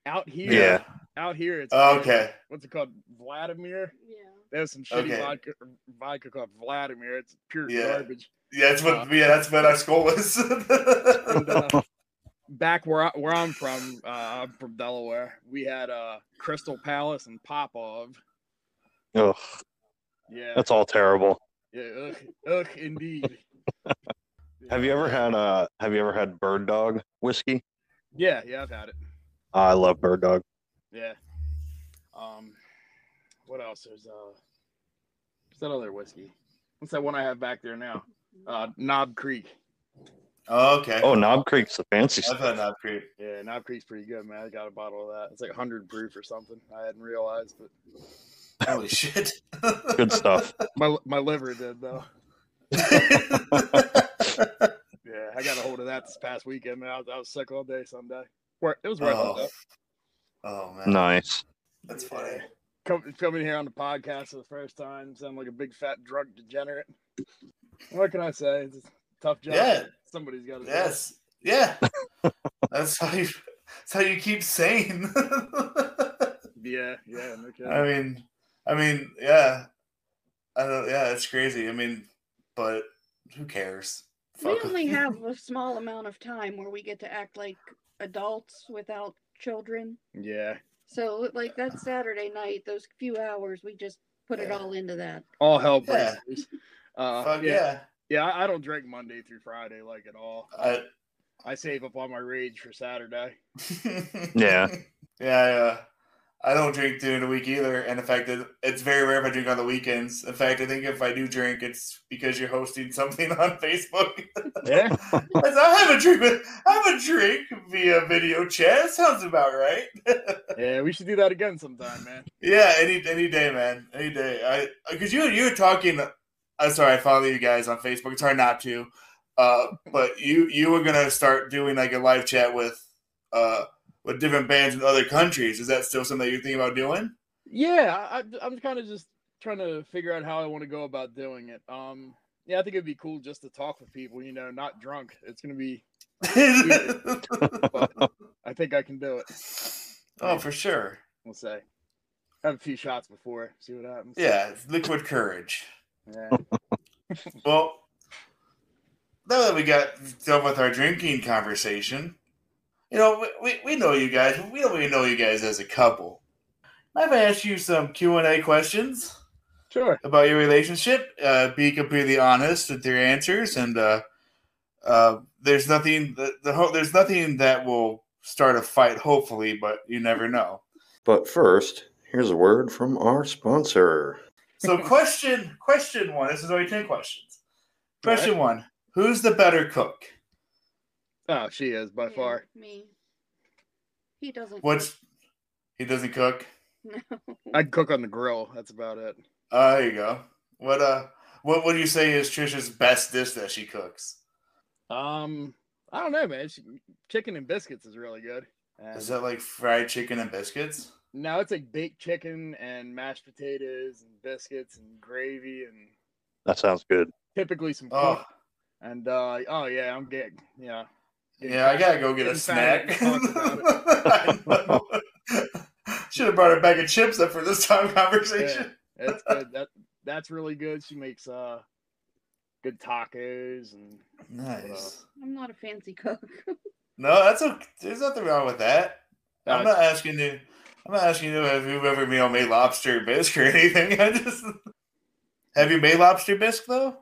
Out here,
Yeah.
out here, it's
okay.
What's it called, Vladimir?
Yeah.
There's some shitty
Okay.
vodka, vodka called Vladimir. It's pure
Yeah.
garbage.
Yeah, that's what.
Uh.
yeah, that's what our skull was. [LAUGHS]
And, uh,
[LAUGHS]
back where I, where I'm from, uh, I'm from Delaware. We had uh, Crystal Palace and Popov.
Ugh.
Yeah,
That's all terrible.
yeah, ugh, ugh indeed.
[LAUGHS] Have you ever had uh? Have you ever had Bird Dog whiskey?
Yeah, yeah, I've had it.
I love Bird Dog.
Yeah. Um, what else? There's uh, what's that other whiskey? What's that one I have back there now? Uh, Knob Creek.
okay.
Oh, Knob Creek's the fancy.
I've
stuff.
had that creep.
Yeah, Knob Creek's pretty good, man. I got a bottle of that. It's like hundred proof or something. I hadn't realized, but
Holy shit. [LAUGHS]
Good stuff.
my my liver did though.
oh,
Yeah, I got a hold of that this past weekend, man. I was, I was sick all day Sunday. Where it was worth
Oh.
it though.
man,
Nice.
that's funny.
Come, coming here on the podcast for the first time, sound like a big fat drunk degenerate. What can I say? It's a tough job.
Yeah.
Somebody's got to.
Yes. Yeah. that's how you. That's how you keep sane. [LAUGHS]
Yeah, yeah, no kidding.
I mean, I mean, yeah, I don't. Yeah, it's crazy. I mean, but who cares?
We
Fuck.
[LAUGHS]
only have a small amount of time where we get to act like adults without children.
yeah.
So, like that Saturday night, those few hours, we just put it
Yeah.
all into that.
All hell breaks
Yeah.
loose. Uh,
Fuck
yeah,
yeah.
yeah. I I don't drink Monday through Friday like at all.
I-
I save up all my rage for Saturday.
[LAUGHS]
Yeah.
Yeah. I, uh, I don't drink during the week either, and in fact, it, it's very rare if I drink on the weekends. In fact, I think if I do drink, it's because you're hosting something [LAUGHS] on Facebook.
[LAUGHS]
Yeah,
As I have a drink with, have a drink via video chat. Sounds about right.
yeah. We should do that again sometime, man.
Yeah, any any day, man, any day. I because you you were talking. I'm sorry, I follow you guys on Facebook. It's hard not to, uh, but you you were gonna start doing like a live chat with uh with different bands in other countries. Is that still something that you're thinking about doing? [LAUGHS]
Yeah, I, I- I'm kind of just trying to figure out how I want to go about doing it. Um, yeah, I think it'd be cool just to talk with people, you know, not drunk. It's gonna be. But I think I can do it.
oh, for sure.
We'll say. Have a few shots before, see what happens.
Yeah, it's liquid courage.
Yeah.
Well, now that we got done with our drinking conversation, you know, we, we, we know you guys. We don't really know you guys as a couple. I've asked you some Q&A questions
Sure.
about your relationship. Uh, be completely honest with your answers, and uh, uh, there's nothing the, the ho- there's nothing that will start a fight. Hopefully, but you never know.
But first, here's a word from our sponsor.
So, question question one. This is only ten questions. Question one: Who's the better cook?
Oh, she is by
Yeah,
far.
me. He doesn't.
What's he doesn't cook?
I'd cook on the grill. That's about it.
Uh, there you go. What uh, what would you say is Trisha's best dish that she cooks?
Um, I don't know, man. She, chicken and biscuits is really good. And
Is that like fried chicken and biscuits?
now it's like baked chicken and mashed potatoes and biscuits and gravy and
That sounds good.
typically some.
Oh,
Oh. And uh, oh yeah, I'm getting yeah.
yeah, I gotta go get a
In fact,
snack.
we talked
[LAUGHS] Should have brought a bag of chips up for this time conversation.
Yeah, that's good. That that's really good. She makes uh good tacos and
Nice.
I'm not a fancy cook.
No, that's okay. There's nothing wrong with that. I'm
Uh,
not asking you. I'm not asking you if you've ever you know, made lobster bisque or [LAUGHS] anything. I just have you made lobster bisque though?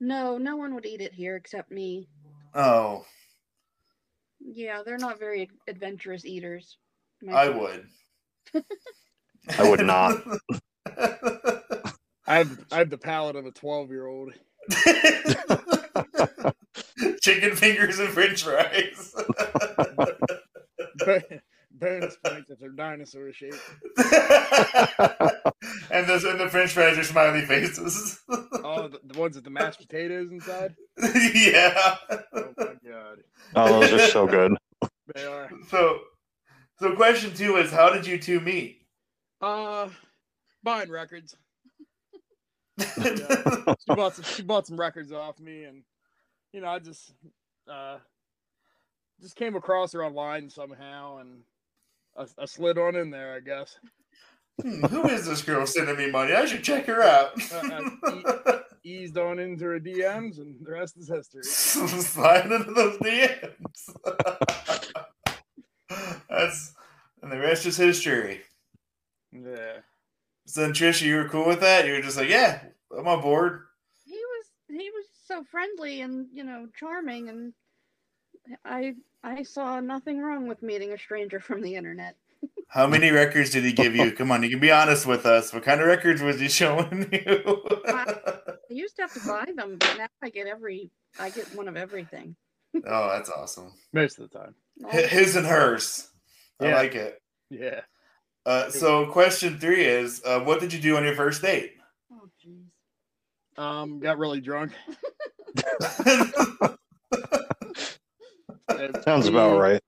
No, no one would eat it here except me.
Oh,
Yeah, they're not very adventurous eaters. My
I
family.
would.
I would not.
I have I have the palate of a twelve year [LAUGHS] old.
[LAUGHS] Chicken fingers and French
[LAUGHS]
fries.
Bonus points if they're dinosaur shaped.
and those and the French fries are smiley faces. [LAUGHS]
Oh, the, the ones with the mashed potatoes inside.
yeah.
Oh my god,
Oh, those are [LAUGHS] so good.
they are.
So, so question two is, how did you two meet? [LAUGHS]
Uh, buying records.
Hmm,
She bought some. She bought some records off me, and you know, I just uh just came across her online somehow, and I, I slid on in there, I guess.
Hmm, who is this girl sending me money? I should check her out. [LAUGHS]
Uh, Eased on into her DMs, and the rest is
[LAUGHS]
history.
Slide into those DMs. [LAUGHS] That's and the rest is history.
Yeah.
So then Trisha, you were cool with that? You were just like, yeah, I'm on board.
He was he was so friendly and you know charming, and I I saw nothing wrong with meeting a stranger from the internet.
How many records did he give you? Come on, you can be honest with us. What kind of records was he showing [LAUGHS] you? Oh,
I used to have to buy them, but now I get every I get one of everything. Oh,
oh, that's awesome.
Most of the time.
Hi- His and hers. I
Yeah.
like it.
Yeah.
Uh, so question three is, uh, what did you do on your first date?
Oh jeez.
Um, got really
[LAUGHS]
drunk. And
Sounds about
we-
right.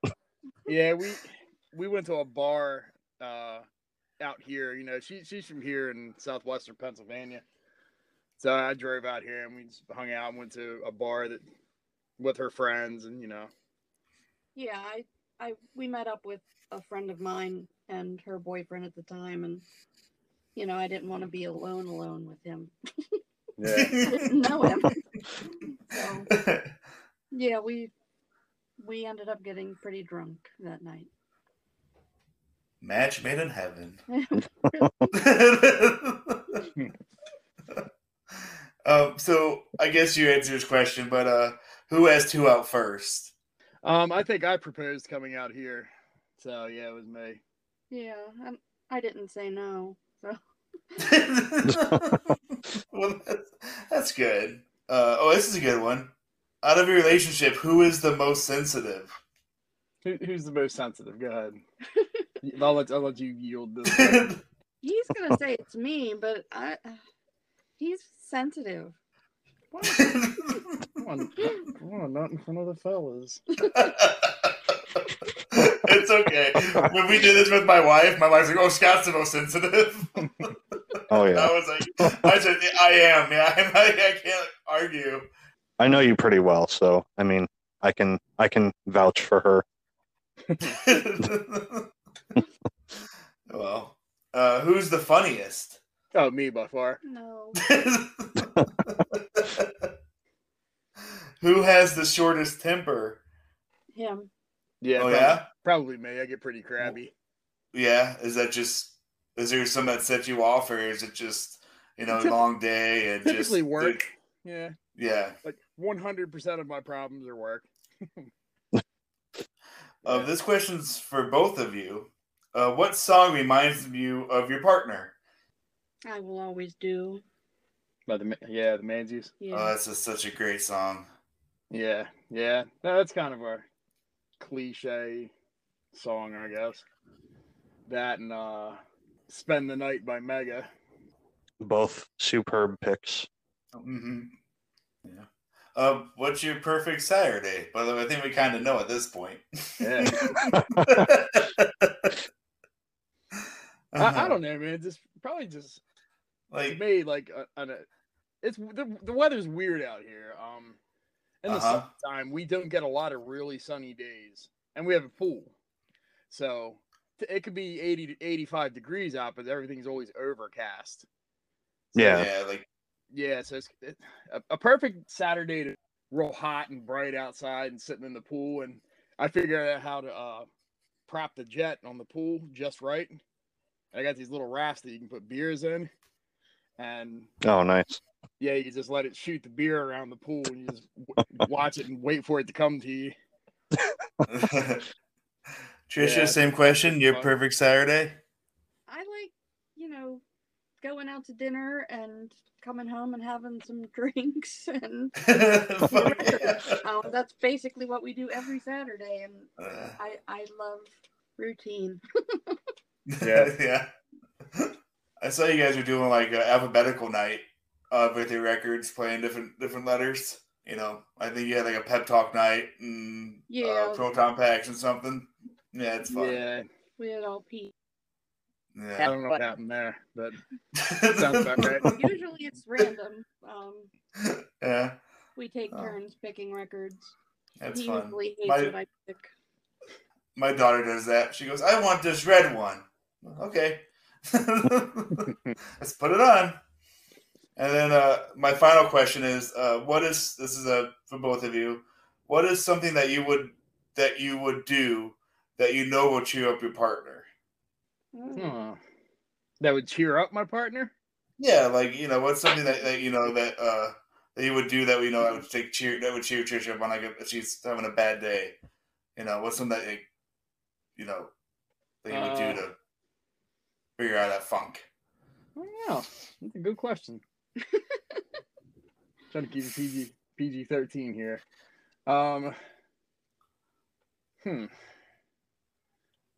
Yeah, we we went to a bar uh out here. You know, she she's from here in southwestern Pennsylvania. So I drove out here and we just hung out and went to a bar that with her friends and you know.
Yeah, I I we met up with a friend of mine and her boyfriend at the time, and you know I didn't want to be alone alone with him.
[LAUGHS]
I [LAUGHS] didn't know him. so yeah, we we ended up getting pretty drunk that night.
Match made in heaven. [LAUGHS] um, so I guess you answered his question, but uh, who has two out first? [LAUGHS]
Um I think I proposed coming out here. So yeah, it was me.
yeah, and I didn't say no. So
well, that's, that's good. Uh, oh, this is a good one. Out of your relationship, who is the most sensitive? [LAUGHS]
Who, who's the most sensitive? Go ahead. I'll let, I'll let you
[LAUGHS]
yield this. one.
yeah,
he's
[LAUGHS]
gonna say it's me, but I he's sensitive.
Come on, come on, not in front of the fellas.
it's okay. When we did this with my wife, my wife's like, "Oh, Scott's the most sensitive."
Oh yeah.
I was like, "I said I am. Yeah, [LAUGHS] I'm not, I can't argue."
I know you pretty well, so I mean, I can I can vouch for her.
[LAUGHS] well, uh, who's the funniest? [LAUGHS]
Oh, me by far.
No,
Who has the shortest temper?
him.
Yeah.
oh
probably,
yeah,
Probably me. I get pretty crabby.
yeah. Is that just? Is there something that set you off, or is it just you know
Typ-
long day and just
Typically work. Yeah.
Yeah.
like 100% of my problems are work.
Uh, this question's for both of you. Uh, what song reminds you of your partner?
I will always do.
But the, Ma- yeah, the Manzies.
Yeah.
Oh, that's just such a great song.
Yeah, yeah. No, that's kind of our cliche song, I guess. That and uh Spend the Night by Mega.
Both superb picks. [LAUGHS]
hmm Yeah. Uh, what's your perfect Saturday? By the way, I think we kind of know at this point. [LAUGHS]
Yeah.
Uh-huh.
I, I don't know, man. Just probably just to
like.
me like a, an, a, it's the, the weather's weird out here. Um, in the
Uh-huh.
summertime we don't get a lot of really sunny days, and we have a pool, so t- it could be eighty to eighty-five degrees out, but everything's always overcast.
Yeah.
Yeah, like [LAUGHS]
Yeah, so it's it, a, a perfect Saturday to real hot and bright outside and sitting in the pool. And I figured out how to uh, prop the jet on the pool just right. I got these little rafts that you can put beers in, and
Oh, nice.
yeah, you just let it shoot the beer around the pool and you just w- watch it and wait for it to come to you.
Trisha,
Yeah.
same question. Your
Fun.
perfect Saturday? [LAUGHS]
I like, you know, going out to dinner and coming home and having some [LAUGHS] drinks and
Fuck yeah.
um, that's basically what we do every Saturday and
[LAUGHS]
Uh,
I I love routine.
Yeah.
[LAUGHS] yeah. I saw you guys were doing like an alphabetical night uh, with your records, playing different different letters. You know, I think you had like a pep talk night and
Yeah.
uh, proton packs and something. Yeah, it's fun.
Yeah,
We had all pee.
I
Yeah.
don't know what happened there, but sounds about right.
[LAUGHS] Usually it's random. Um,
[LAUGHS] yeah,
we take
Oh.
turns picking records.
that's
he
fun.
usually hates
My-
what I pick.
My daughter does that. She goes, I want this red one. Okay. Let's put it on. And then uh, my final question is uh, what is this is a for both of you, what is something that you would that you would do that you know will cheer up your partner?
Mm.
Huh. That would cheer up my partner.
Yeah, like you know, what's something that, that you know that uh that you would do that we know that would take cheer that would cheer Trisha up on like if she's having a bad day. You know, what's something that like, you know that you would
Uh,
do to figure out that funk?
I don't know. That's a good question. [LAUGHS] Trying to keep it PG PG thirteen here. Um, hmm.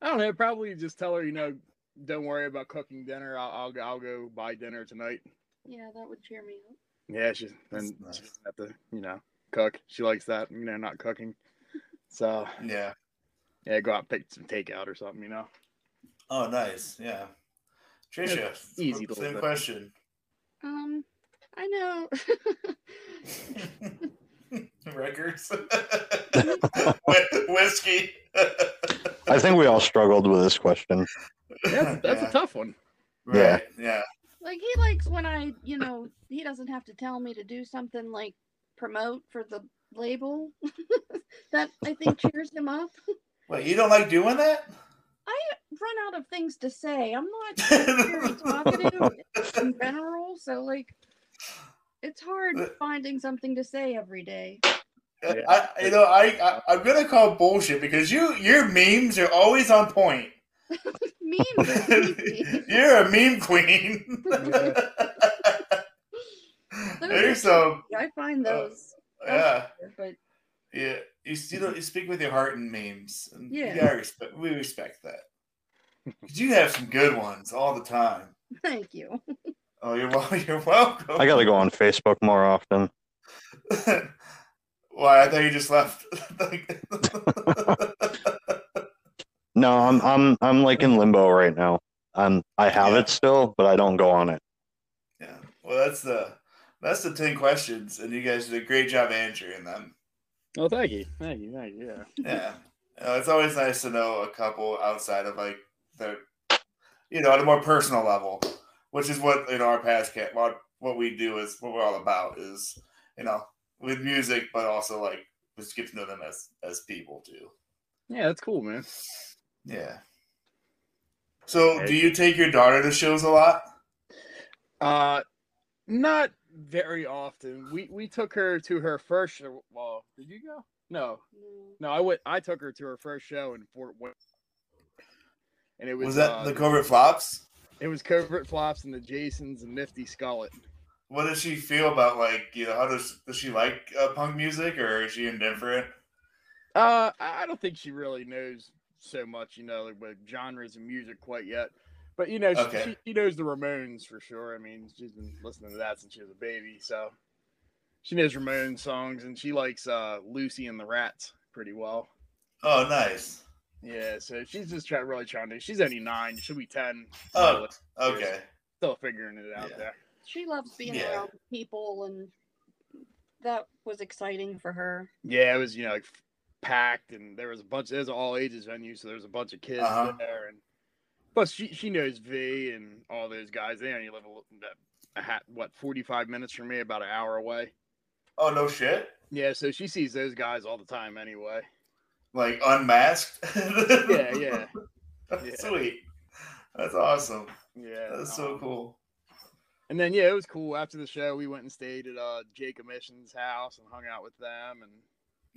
I don't know. Probably just tell her, you know, don't worry about cooking dinner. I'll I'll, go- I'll go buy dinner tonight.
Yeah, that would cheer me up.
Yeah, she's
That's
then
nice.
she doesn't have to, you know, cook. She likes that, you know, not cooking. So
Yeah.
yeah, go out and pick some takeout or something,
[CLEARS THROAT]
you know.
Oh, nice. Yeah. Trisha,
easy little
same
thing.
question. [LAUGHS]
Um, I know. [LAUGHS]
[LAUGHS]
Records, Whi- whiskey. [LAUGHS]
I think we all struggled with this question.
That's, that's a
[LAUGHS]
tough one.
Yeah.
Right, yeah.
like he likes when I, you know, he doesn't have to tell me to do something like promote for the label. [LAUGHS] that I think cheers him up.
Wait, you don't like doing that? [LAUGHS]
I run out of things to say. I'm not very talkative in general, so like it's hard
[LAUGHS]
finding something to say every day.
Yeah.
I, you know, I, I I'm gonna call bullshit because you your memes are always on point. [LAUGHS]
Mean but easy.
You're a meme queen.
Yeah.
There's some,
I find
Uh,
those,
yeah,
but
yeah. You you, know, you speak with your heart in memes. And
Yeah.
yeah, respect. We respect that. [LAUGHS] 'Cause You have some good ones all the time.
thank you.
Oh, you're wel- [LAUGHS] you're welcome.
I got to go on Facebook more often.
[LAUGHS] Why? I thought you just left. [LAUGHS] Like-
No, I'm I'm I'm like in limbo right now. I'm I have
Yeah.
it still, but I don't go on it.
yeah. Well, that's the that's the ten questions, and you guys did a great job answering them.
Well, thank you, thank you, thank you. Yeah.
Yeah, Uh, it's always nice to know a couple outside of like the, you know, at a more personal level, which is what in our past cat what what we do is what we're all about is you know with music, but also like just get to know them as as people too.
Yeah, that's cool, man.
Yeah. So,
Okay.
do you take your daughter to shows a lot?
Uh, not very often. We we took her to her first show. Well, did you go? No, no. I went. I took her to her first show in Fort Wayne, and it was,
Was, that
uh,
the covert flops?
it was covert flops and the Jasons and Nifty Scullet.
What does she feel about like you know? How does does she like uh, punk music or is she indifferent?
Uh, I I don't think she really knows so much, you know, like with genres and music quite yet. But you know, she-
Okay.
she, she knows the Ramones for sure. I mean, she's been listening to that since she was a baby, so she knows Ramones songs and she likes uh, Lucy and the Rats pretty well.
Oh, nice.
Yeah, so she's just try, really trying to. She's only nine; she'll be ten.
Oh, okay.
still figuring it out
Yeah.
there.
She loves being
Yeah.
around people, and that was exciting for her.
Yeah, it was you know like packed, and there was a bunch. There's an all ages venue, so there was a bunch of kids
Uh-huh.
there, and plus she she knows V and all those guys. They only live a, li- a hat what forty five minutes from me, about an hour away.
Oh, no shit.
Yeah, so she sees those guys all the time anyway.
Like unmasked. [LAUGHS]
Yeah, yeah, yeah.
Sweet. That's awesome.
yeah.
That's so
um,
cool.
And then yeah, it was cool. After the show, we went and stayed at uh Jake Emissions' house and hung out with them. And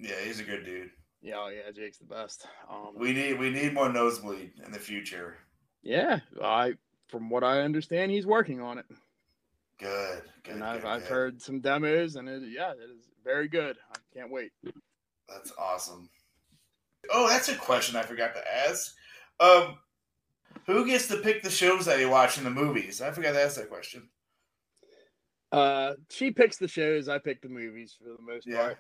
Yeah, he's a good dude.
yeah, oh, yeah, Jake's the best. Um,
We need we need more nosebleed in the future.
yeah, I from what I understand, he's working on it.
Good. good
and I've,
good,
I've
good.
heard some demos, and it, yeah, it is very good. I can't wait.
That's awesome. Oh, that's a question I forgot to ask. Um, who gets to pick the shows that you watch in the movies? I forgot to ask that question.
Uh, she picks the shows, I pick the movies for the most
Yeah.
part.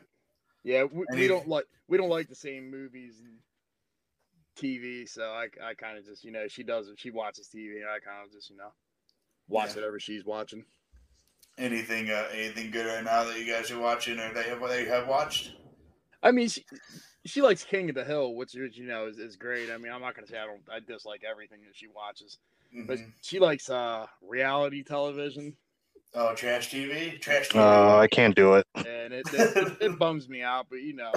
Yeah, we,
And
we
if-
don't like we don't like the same movies and TV, so I I kind of just you know she does she watches TV, and I kind of just you know watch
Yeah.
whatever she's watching.
Anything uh, anything good right now that you guys are watching or that you have, that you have watched?
I mean, she she likes King of the Hill, which is you know is, is great. I mean, I'm not gonna say I don't I dislike everything that she watches, but
Mhm.
she likes uh reality television.
Oh, trash TV, trash TV.
Uh, I can't do it.
and it, it, it, it bums me out. But you know,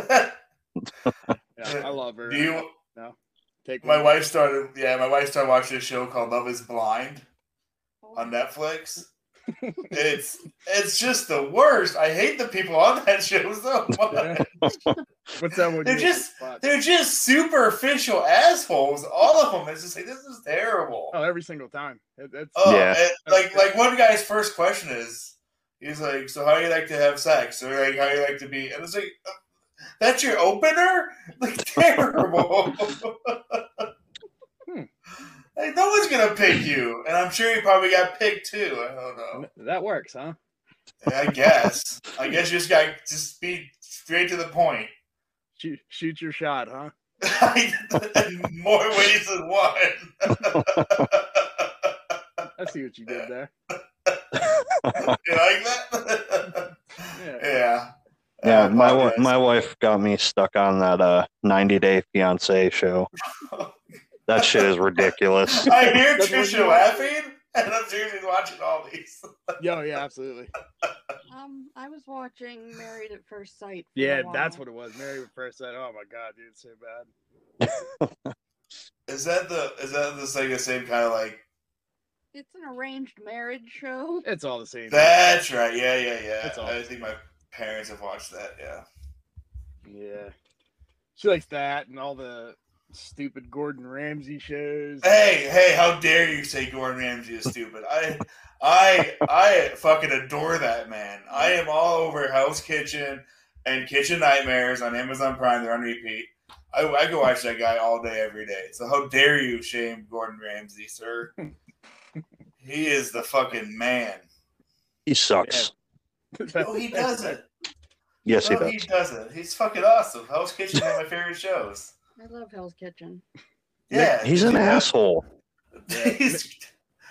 yeah, I love
[LAUGHS]
her.
Do you?
Take
My
one.
wife started. Yeah, my wife started watching a show called Love Is Blind on Netflix. it's it's just the worst. I hate the people on that show so much.
[LAUGHS] What's that one?
They're
you-
just- They're just superficial assholes. All of them. It's just like this is terrible.
oh, every single time. It, it's,
Oh,
Yeah.
and, like like one guy's first question is, he's like, "So how do you like to have sex?" Or like, "How do you like to be?" And it's like, um, "That's your opener? [LAUGHS] Like terrible."
Hmm.
Like no one's gonna pick you, and I'm sure you probably got picked too. I don't know.
that works, huh?
I guess. I guess you just got just be straight to the point. [LAUGHS]
Shoot, shoot your shot, huh?
More ways than one. [LAUGHS]
I see what you did there.
you like that? [LAUGHS]
Yeah.
yeah. Oh,
Yeah, my
one.
wa- my wife got me stuck on that uh 90 Day Fiance show. That shit is ridiculous.
I hear
That's what
Trisha
you-
laughing, and I'm seriously watching all these.
Yo, yeah, absolutely.
Um, I was watching Married at First Sight. for a
Yeah, that's
while.
what it was. Mary with first sight. Oh my god, dude, it's so bad.
Is that the is that the same, the same kind of like?
It's an arranged marriage show.
It's all the same.
That's right. Yeah, yeah, yeah.
That's all.
I think my parents have watched that. Yeah.
yeah, she likes that and all the stupid Gordon Ramsay shows.
Hey, hey! How dare you say Gordon Ramsay is stupid? I, I, I fucking adore that man. I am all over Hell's Kitchen and Kitchen Nightmares on Amazon Prime. They're on repeat. I, I go watch that guy all day, every day. So how dare you shame Gordon Ramsay, sir? he is the fucking man.
He sucks.
No, he doesn't.
Yes, he
no,
does.
he doesn't. He's fucking awesome. Hell's Kitchen is one of my favorite shows.
I love Hell's Kitchen.
Yeah,
He's an
yeah.
asshole.
He's,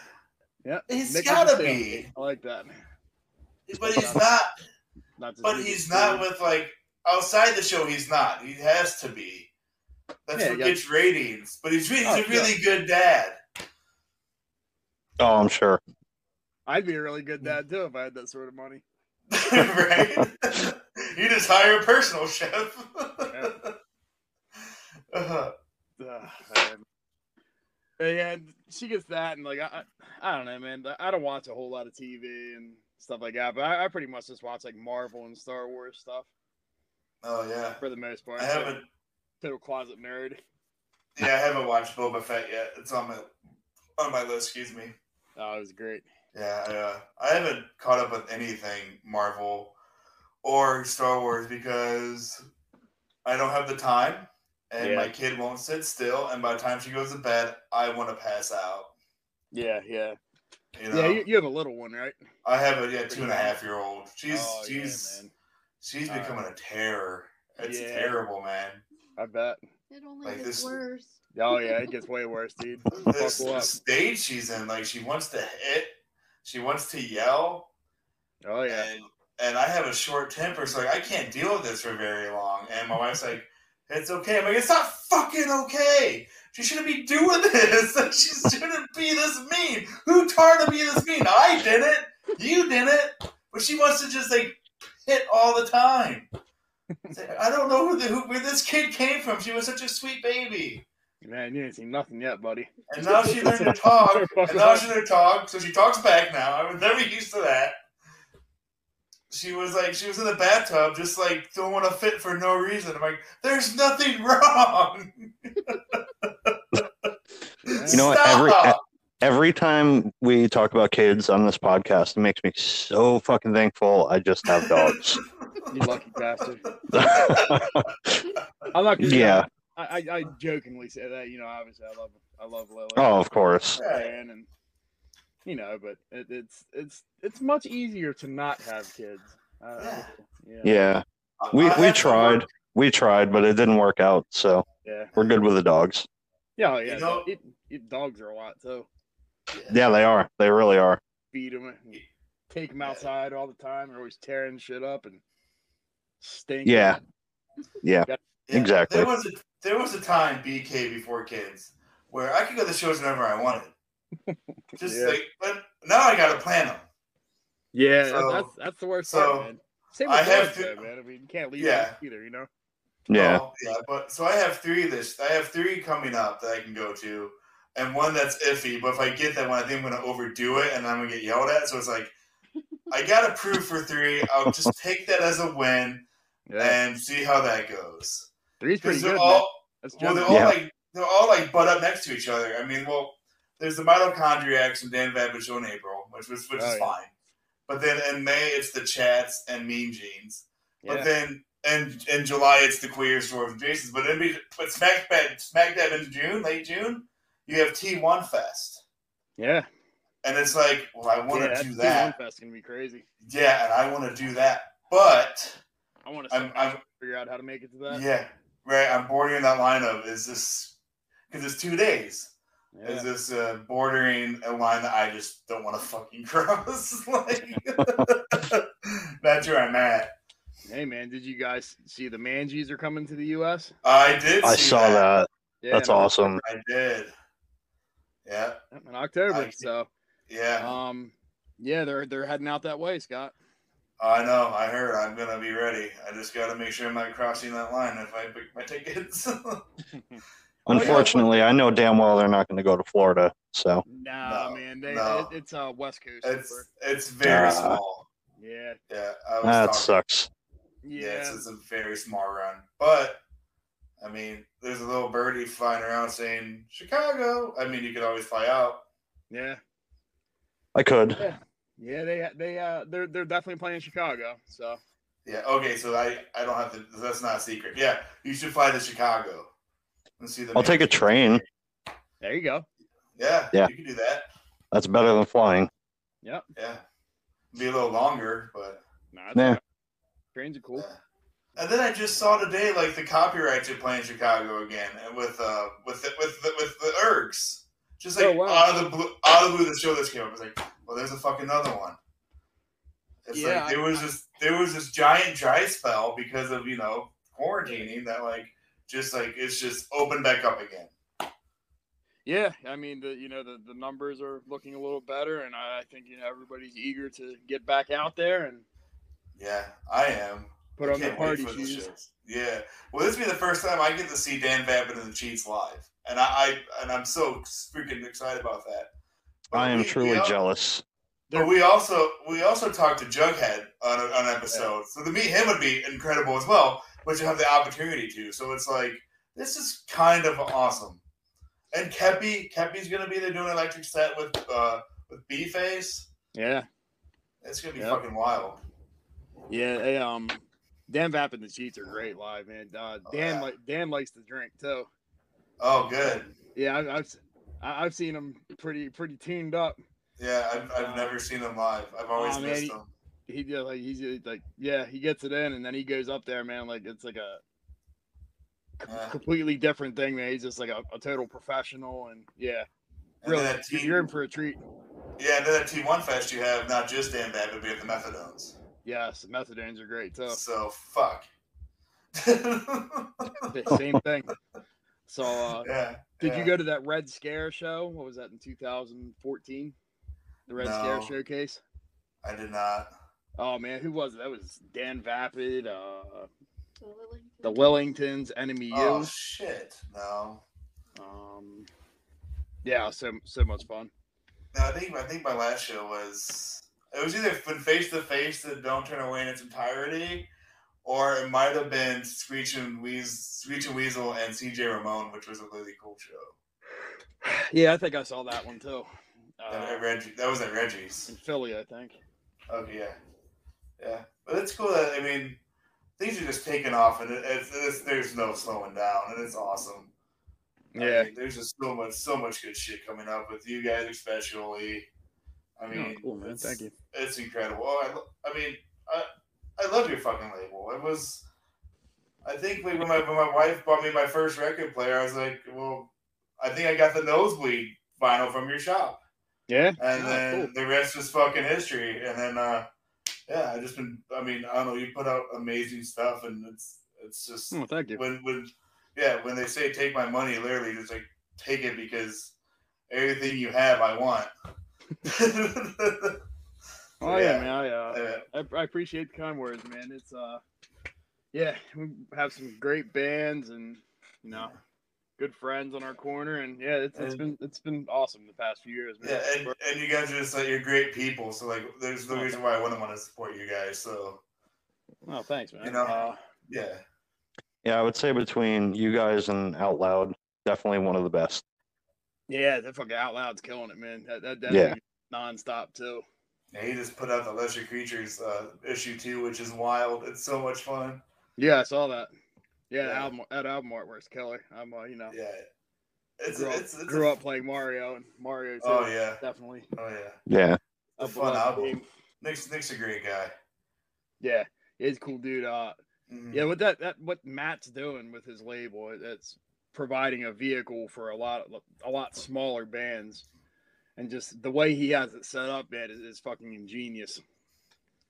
[LAUGHS] Yeah,
He's
Nick is
gotta
the same.
be.
I like that.
but [LAUGHS] he's not.
Not just
But
Nick
he's
is
not
cool.
with like outside the show. He's not. He has to be. That's
Yeah,
what
yeah.
gets ratings. But he's, really, he's a
Oh,
really good dad. [LAUGHS]
Oh, I'm sure.
I'd be a really good dad too if I had that sort of money.
right? [LAUGHS] you just hire a personal chef. [LAUGHS] Uh,
Ugh, man. But yeah, she gets that, and like I, I I don't know, man. I don't watch a whole lot of TV and stuff like that, but I, I pretty much just watch like Marvel and Star Wars stuff
oh yeah,
for the most part.
I haven't.
Total closet nerd.
Yeah, I haven't watched Boba Fett yet. It's on my on my list. Excuse me.
Oh, it was great.
Yeah, I, uh, I haven't caught up with anything Marvel or Star Wars because I don't have the time, and
Yeah.
my kid won't sit still. And by the time she goes to bed, I want to pass out.
Yeah, yeah,
You know,
yeah. You, you have a little one, right?
I have a yeah, two and a half year old. She's
Oh, yeah,
she's
man.
she's
All right.
becoming a terror. It's
Yeah.
terrible, man.
I bet.
It only
Like
gets
this-
worse.
Oh yeah, it gets way worse, dude.
This
Buckle up.
stage she's in, like she wants to hit, she wants to yell,
Oh yeah.
and and I have a short temper, so like I can't deal with this for very long. And my wife's like, "It's okay." I'm like, "It's not fucking okay. She shouldn't be doing [LAUGHS] this. she shouldn't be this mean. Who taught her to be this mean? I did it. You did it. But she wants to just like hit all the time." It's like, I don't know who, the, who where this kid came from. She was such a sweet baby,
Man, you ain't seen nothing yet, buddy.
and now she learned to talk. And now she's gonna talk, so she talks back now. I was never used to that. She was like, she was in the bathtub, just like throwing a fit for no reason. I'm like, there's nothing [LAUGHS] wrong.
You know what? Every
Stop.
every time we talk about kids on this podcast, it makes me so fucking thankful. I just have dogs. [LAUGHS]
You lucky bastard.
yeah,
I'm not gonna I, I, I jokingly say that, you know, obviously I love I love Lily.
Oh, of course.
Yeah.
fan and you know, but it, it's it's it's much easier to not have kids. Uh,
Yeah.
yeah,
Yeah, we
I
we
have to
tried,
work-
we tried, but it didn't work out. So
yeah,
we're good with the dogs.
yeah, oh, yeah.
You know-
it, it, dogs are a lot, so
Yeah, they are. They really are.
feed them, and take them outside all the time. They're always tearing shit up and stink.
Yeah.
yeah.
exactly.
There was a there was a time BK before kids where I could go to shows whenever I
[LAUGHS]
wanted. Just
Yeah.
like, but now I gotta plan them.
yeah,
So-
that's that's the worst
so,
part, man. Same
I
with
have
dogs,
to-
though, man. I mean, you can't leave
Yeah.
them either, you know.
Yeah.
Oh, yeah, but so I have three this I have three coming up that I can go to, and one that's iffy. But if I get that one, I think I'm gonna overdo it, and I'm gonna get yelled at. So it's like I got approved for three. I'll just take that as a win
Yeah,
and see how that goes.
three's pretty
Because
good.
they're
man.
all
that's
well, they're
generous.
all
Yeah.
like they're all like butt up next to each other. I mean, well, there's the mitochondriacs and Dan Babbage and April, which was which
Oh,
is
yeah.
fine. But then in May it's the Chats and Mean Jeans. But
Yeah.
then in in July it's the queers dwarves and Jasons. But then we but smack dab, smack dab in June, late June, you have T one Fest,
yeah,
and it's like, well, I want to
yeah,
do
T1
that,
Fest gonna be crazy.
yeah, and I want to do that, but
I want to
I'm I'm
figure out how to make it to that.
yeah right. I'm bordering that line of is this because it's two days. Is this uh, bordering a line that I just don't want to fucking [LAUGHS] cross? like, [LAUGHS] that's where I'm at.
Hey man, did you guys see the Mangies are coming to the U.S.?
I did.
I
see
saw that.
Yeah,
That's
in
awesome.
I did. Yeah.
October- In October,
I-
so
Yeah,
um, yeah, they're they're heading out that way, Scott.
I know. I heard. I'm gonna be ready. I just gotta make sure I'm not crossing that line if I pick my tickets. [LAUGHS]
yeah.
Unfortunately, I know damn well they're not going to go to Florida. So
Nah,
No,
man, they,
no.
it- it's uh West Coast.
it's
over.
it's very
Ah.
small.
Yeah,
Yeah, I was
that
talking-
sucks.
Yeah,
yeah,
it's, it's a very small run, but I mean, there's a little birdie flying around saying Chicago. I mean, you could always fly out.
yeah,
I could.
yeah. They they uh they're they're definitely playing Chicago. So
Yeah. Okay. So I I don't have to. That's not a secret. Yeah, you should fly to Chicago and see the.
I'll take a train.
there you go.
Yeah.
Yeah.
You can do that.
That's better than flying.
Yeah. Be a little longer, but.
Nah, it's
Yeah.
alright. trains are cool.
And then I just saw today, like the copyrights are playing Chicago again, and with uh, with the, with the, with the Ergs, just like
Oh, wow.
out of the blue, out of the blue, the show this came up. I was like, well, there's a fucking other one. It's
Yeah,
like there was this there was this giant dry spell because of you know quarantining that like just like it's just opened back up again.
Yeah, I mean the you know the, the numbers are looking a little better, and I, I think you know everybody's eager to get back out there and
Yeah, I am.
put
I
on their
can't wait
party
for the
shoes.
shows. Yeah. Well, this will be the first time I get to see Dan Vabin and the Cheats live, and I, I and I'm so freaking excited about that. But
I am
we-
truly
we al-
jealous.
But we also we also talked to Jughead on a, on an episode, so to meet him would be incredible as well. But you have the opportunity to, so it's like this is kind of awesome. And Kepi, Kepi's gonna be there doing an electric set with uh with B Face.
Yeah,
It's gonna be
Yep.
fucking wild.
Yeah, they, um, Dan Vapp and the Cheats are great live, man. Uh, Dan
Oh, yeah.
like Dan likes to drink too.
Oh, good.
Yeah, I, I've s- I, I've seen him pretty pretty tuned up.
Yeah, I've, I've never seen him live. I've always
Aw, Uh, oh, man,
missed
he- [LAUGHS]
him.
He did like he's uh, like yeah he gets it in and then he goes up there man like it's like a
Yeah.
completely different thing man he's just like a, a total professional and yeah
And
really
then that
you-
team-
you're in for a treat
Yeah, and then that T1 Fest you have, not just Dan Bad, but we have the Methadones.
yes the methadones are great so Uh,
So, fuck. [LAUGHS]
same thing so uh
yeah.
Did
yeah.
you go to that Red Scare show? What was that in 2014? The Red Scare
No.
showcase.
I did not.
Oh man, who was it? That was Dan Vapid, uh, the
The
Wellingtons, Enemy
Oh,
You.
shit. No.
Um, yeah, so so much fun.
No, I think I think my last show was it was either been face to face the Don't Turn Away in its entirety, or it might have been Screech and Weasel, Screech and Weasel and CJ Ramon, which was a really cool show.
Yeah, I think I saw that one too.
That,
Uh,
at Reggie, that was at
in
Reggie's.
Philly, I think.
Oh yeah, yeah. But it's cool that I mean things are just taking off, and it, it's, it's, there's no slowing down, and it's awesome. I
Yeah.
mean, there's just so much, so much good shit coming up with you guys, especially. I mean,
cool man,
it's-
thank you.
It's incredible. Oh, I, lo- I mean, I, I love your fucking label. It was, I think when my, when my wife bought me my first record player, I was like, well, I think I got the nosebleed vinyl from your shop.
Yeah.
And
Oh,
then
cool.
the rest was fucking history. And then, uh, yeah, I just been, I mean, I don't know, you put out amazing stuff and it's, it's just,
Oh, thank you.
when when yeah when they say take my money literally just like take it because everything you have i want [LAUGHS]
Oh yeah, man. I, uh,
Yeah.
I, I appreciate the kind words, man. It's uh, yeah, we have some great bands and you know, good friends on our corner, and yeah, it's, it's
And-
been it's been awesome the past few years, man.
yeah and, and you guys are just like you're great people so like there's no reason why i wouldn't want to support you guys so
oh, thanks, man.
you know.
uh,
yeah
Yeah, I would say between you guys and Out Loud, definitely one of the best.
yeah, that fucking out loud's killing it, man. That that, that
Yeah.
yeah. nonstop too.
yeah, he just put out the Lesser Creatures uh, issue two, which is wild. It's so much fun.
Yeah, I saw that. Yeah, that
Yeah.
album that album artwork's killer. I'm uh, you know,
Yeah, it's
grew, up,
it's, it's
grew up playing Mario and Mario. Too.
Oh yeah,
definitely
oh yeah.
Yeah.
It's a
up
fun
above
album.
game.
Nick's Nick's a great guy.
Yeah, he's a cool dude. Uh,
Mhm.
Mm-hmm.
Yeah, what that, that what Matt's doing with his label, it- it's providing a vehicle for a lot a lot smaller bands, and just the way he has it set up, man, is, is fucking ingenious.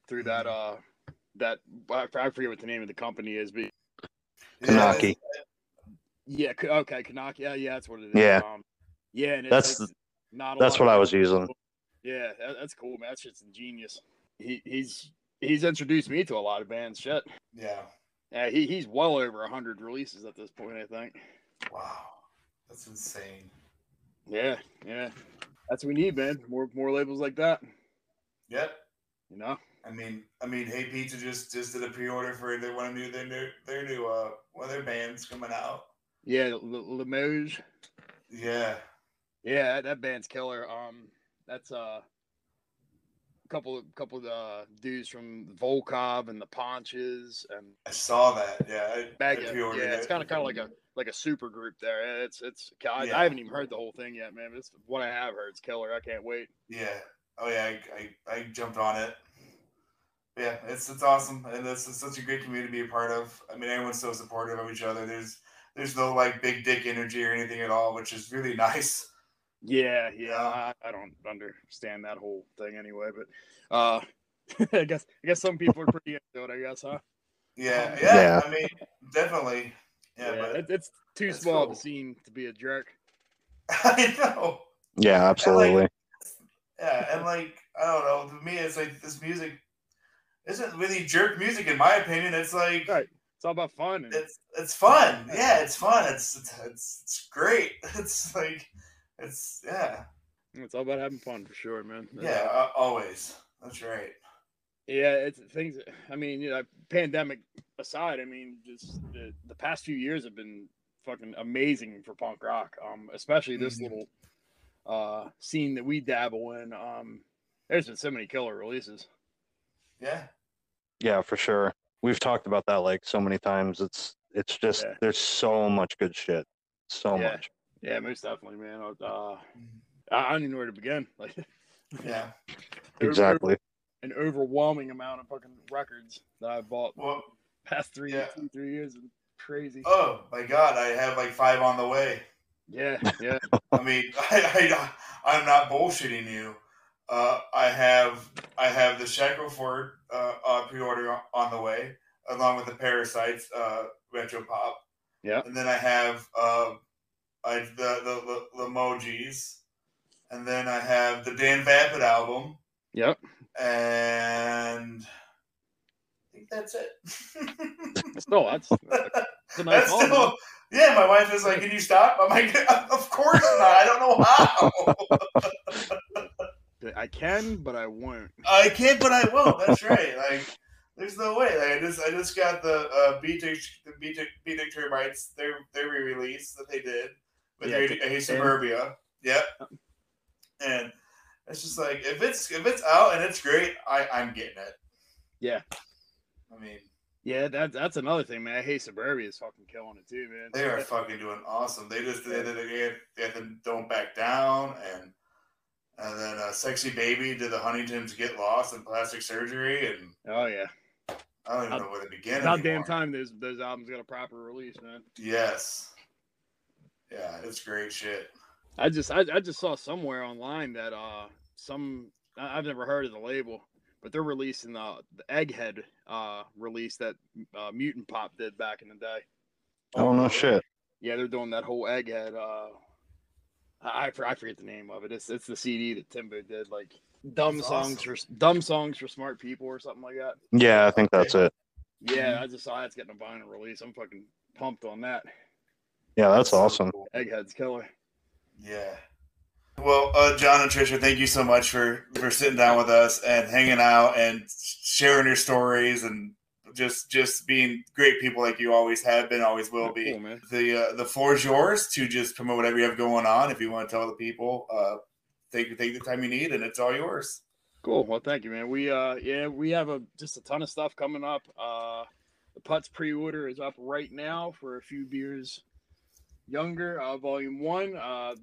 Through that,
Mm-hmm.
uh, that I I forget what the name of the company is, but
Yeah,
Kanaki.
yeah, K- okay, Kanaki, yeah, yeah, that's what it is.
Yeah.
um, yeah, and it's,
That's-
it's not. a
That's
lot
what
of-
I was using.
Yeah, that, that's cool, man. That's just ingenious. He, he's he's introduced me to a lot of bands. Shit,
yeah.
yeah, he, he's well over hundred releases at this point, I think.
Wow, that's insane.
Yeah, yeah. That's what we need, man. More more labels like that.
Yep.
You know?
I mean, I mean, Hey Pizza just just did a pre-order for their one of new their new their new uh one of their bands coming out.
Yeah, L- Limoges.
Yeah,
Yeah, that, that band's killer. Um, that's uh, a couple of couple of uh, dudes from Volkov and the Ponches and
I saw that. Yeah, I, I
Baga. Yeah, it's kind of kind of like a like a super group there. Yeah, It's it's I,
Yeah.
I haven't even heard the whole thing yet, man. But it's what I have heard. It's killer. I can't wait.
yeah. Oh yeah, I, I, I jumped on it. Yeah, it's it's awesome, and it's, it's such a great community to be a part of. I mean, everyone's so supportive of each other. There's there's no like big dick energy or anything at all, which is really [LAUGHS] nice.
Yeah, yeah.
Yeah.
I, I don't understand that whole thing anyway, but uh, [LAUGHS] I guess I guess some people are pretty into it. I guess, huh?
Yeah,
Um,
yeah. I mean, definitely. Yeah,
Yeah,
but
it, it's too
that's
small of
cool.
a scene to be a jerk.
[LAUGHS] I know.
Yeah, absolutely.
Yeah, and like I don't know, to me it's like this music isn't really jerk music in my opinion. It's like
Right. It's all about fun. And,
it's it's fun. Yeah, it's fun. It's it's it's, it's great. [LAUGHS] It's like it's yeah
it's all about having fun for sure, man.
yeah uh, always. That's right.
yeah. It's things. I mean, you know, pandemic aside, I mean, just the, the past few years have been fucking amazing for punk rock. Um, especially this
Mhm.
little uh scene that we dabble in. Um, there's been so many killer releases.
Yeah.
Yeah, for sure. We've talked about that like so many times. It's it's just
Yeah.
there's so much good shit. So
Yeah.
much.
Yeah, most definitely, man. I- Uh, I I don't even know where to begin. [LAUGHS] Like
Yeah.
there-
Exactly.
there- an overwhelming amount of fucking records that I bought
Well,
past three,
Yeah.
two, three years. and Crazy.
oh my God, I have like five on the way. [LAUGHS]
Yeah, yeah.
I mean, [LAUGHS] I, I, I'm not bullshitting you. Uh, I have I have the Shackleford uh, uh, pre-order on the way, along with the Parasites uh, retro pop.
Yeah.
And then I have uh, I, the the the emojis, and then I have the Dan Vapid album,
yep.
and I think that's
[LAUGHS]
it.
Still, that's,
[LAUGHS]
that's a nice
That's
haul, man.
still, yeah, my wife is like, "Can you stop?" I'm like, [LAUGHS] "Of course not. I don't know how.
I can, but I won't.
I can't, but I will." That's right. Like, there's no way. Like, I just, I just got the uh, BTIC, the BTIC, BTIC termites. Their their re-release that they did with
Yeah,
Radio-
Dick
Hey Suburbia. Yep. And it's just like if it's if it's out and it's great, I I'm getting it.
Yeah.
I mean,
Yeah, that, that's another thing, man. Hey, Suburbia is fucking killing it too, man.
they are fucking doing awesome. They just they did it They had the Don't Back Down and and then uh, Sexy Baby did the Huntington's Get Lost and Plastic Surgery and
Oh yeah.
I don't even
How-
know where to begin.
It's About damn
anymore.
time those those albums got a proper release, man.
Yes. Yeah, it's great shit.
I just I, I just saw somewhere online that uh some I- I've never heard of the label, but they're releasing the, the Egghead uh release that uh, Mutant Pop did back in the day.
Oh no shit.
Yeah, they're doing that whole Egghead. Uh, I I for- I forget the name of it. It's it's the CD that Timbo did, like dumb
That's
songs
awesome.
for dumb songs for smart people or something like that.
Yeah, I think that's it.
Yeah,
Mm-hmm.
I just saw that's getting a vinyl release. I'm fucking pumped on that.
Yeah, that's
So
awesome.
cool.
Egghead's killer.
Yeah. Well, uh, John and Trisha, thank you so much for for sitting down with us and hanging out and sharing your stories and just just being great people like you always have been, always will be.
Cool, man.
the uh, the floor is yours to just promote whatever you have going on. If you want to tell the people, uh, take take the time you need, and it's all yours.
Cool. Well, thank you, man. We uh yeah, we have a just a ton of stuff coming up. Uh the Putts pre-order is up right now for a few beers younger, uh volume 1. Uh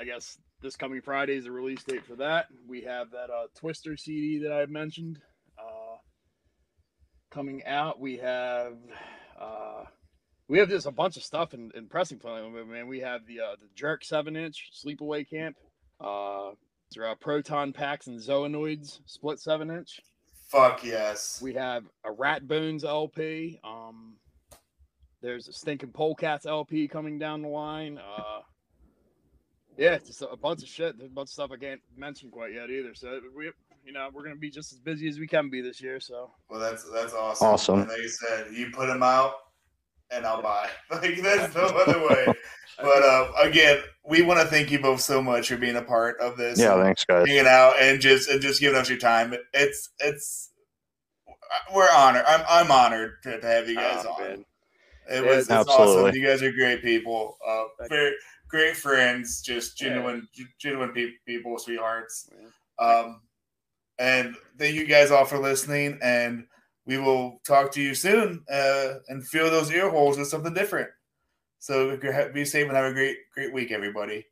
I guess this coming Friday is the release date for that. We have that uh Twister CD that I mentioned uh coming out. We have uh we have just a bunch of stuff in, in pressing plan, man. We have the uh, the Jerk 7-inch Sleepaway Camp. Uh there are proton packs and zoonoids split seven inch.
Fuck yes.
We have a Rat Bones LP. Um, there's a Stinking Polecats LP coming down the line. Uh, yeah, it's just a, a bunch of shit. There's a bunch of stuff I can't mention quite yet either. So we, you know, we're gonna be just as busy as we can be this year. So
well, that's that's awesome.
Awesome.
And like you said, you put them out, and I'll buy. [LAUGHS] Like there's no other way. But uh, again, we want to thank you both so much for being a part of this.
Yeah, thanks guys.
hanging out and just and just giving us your time. It's it's we're honored. I'm I'm honored to, to have you guys
Oh,
on.
man.
It
Yeah,
was it's awesome.
Absolutely.
You guys are great people. Uh,
Thank
very, great friends, just genuine, ge- genuine pe- people, sweethearts.
Yeah.
Um, and thank you guys all for listening. And we will talk to you soon. Uh, and fill those ear holes with something different. So be safe and have a great, great week, everybody.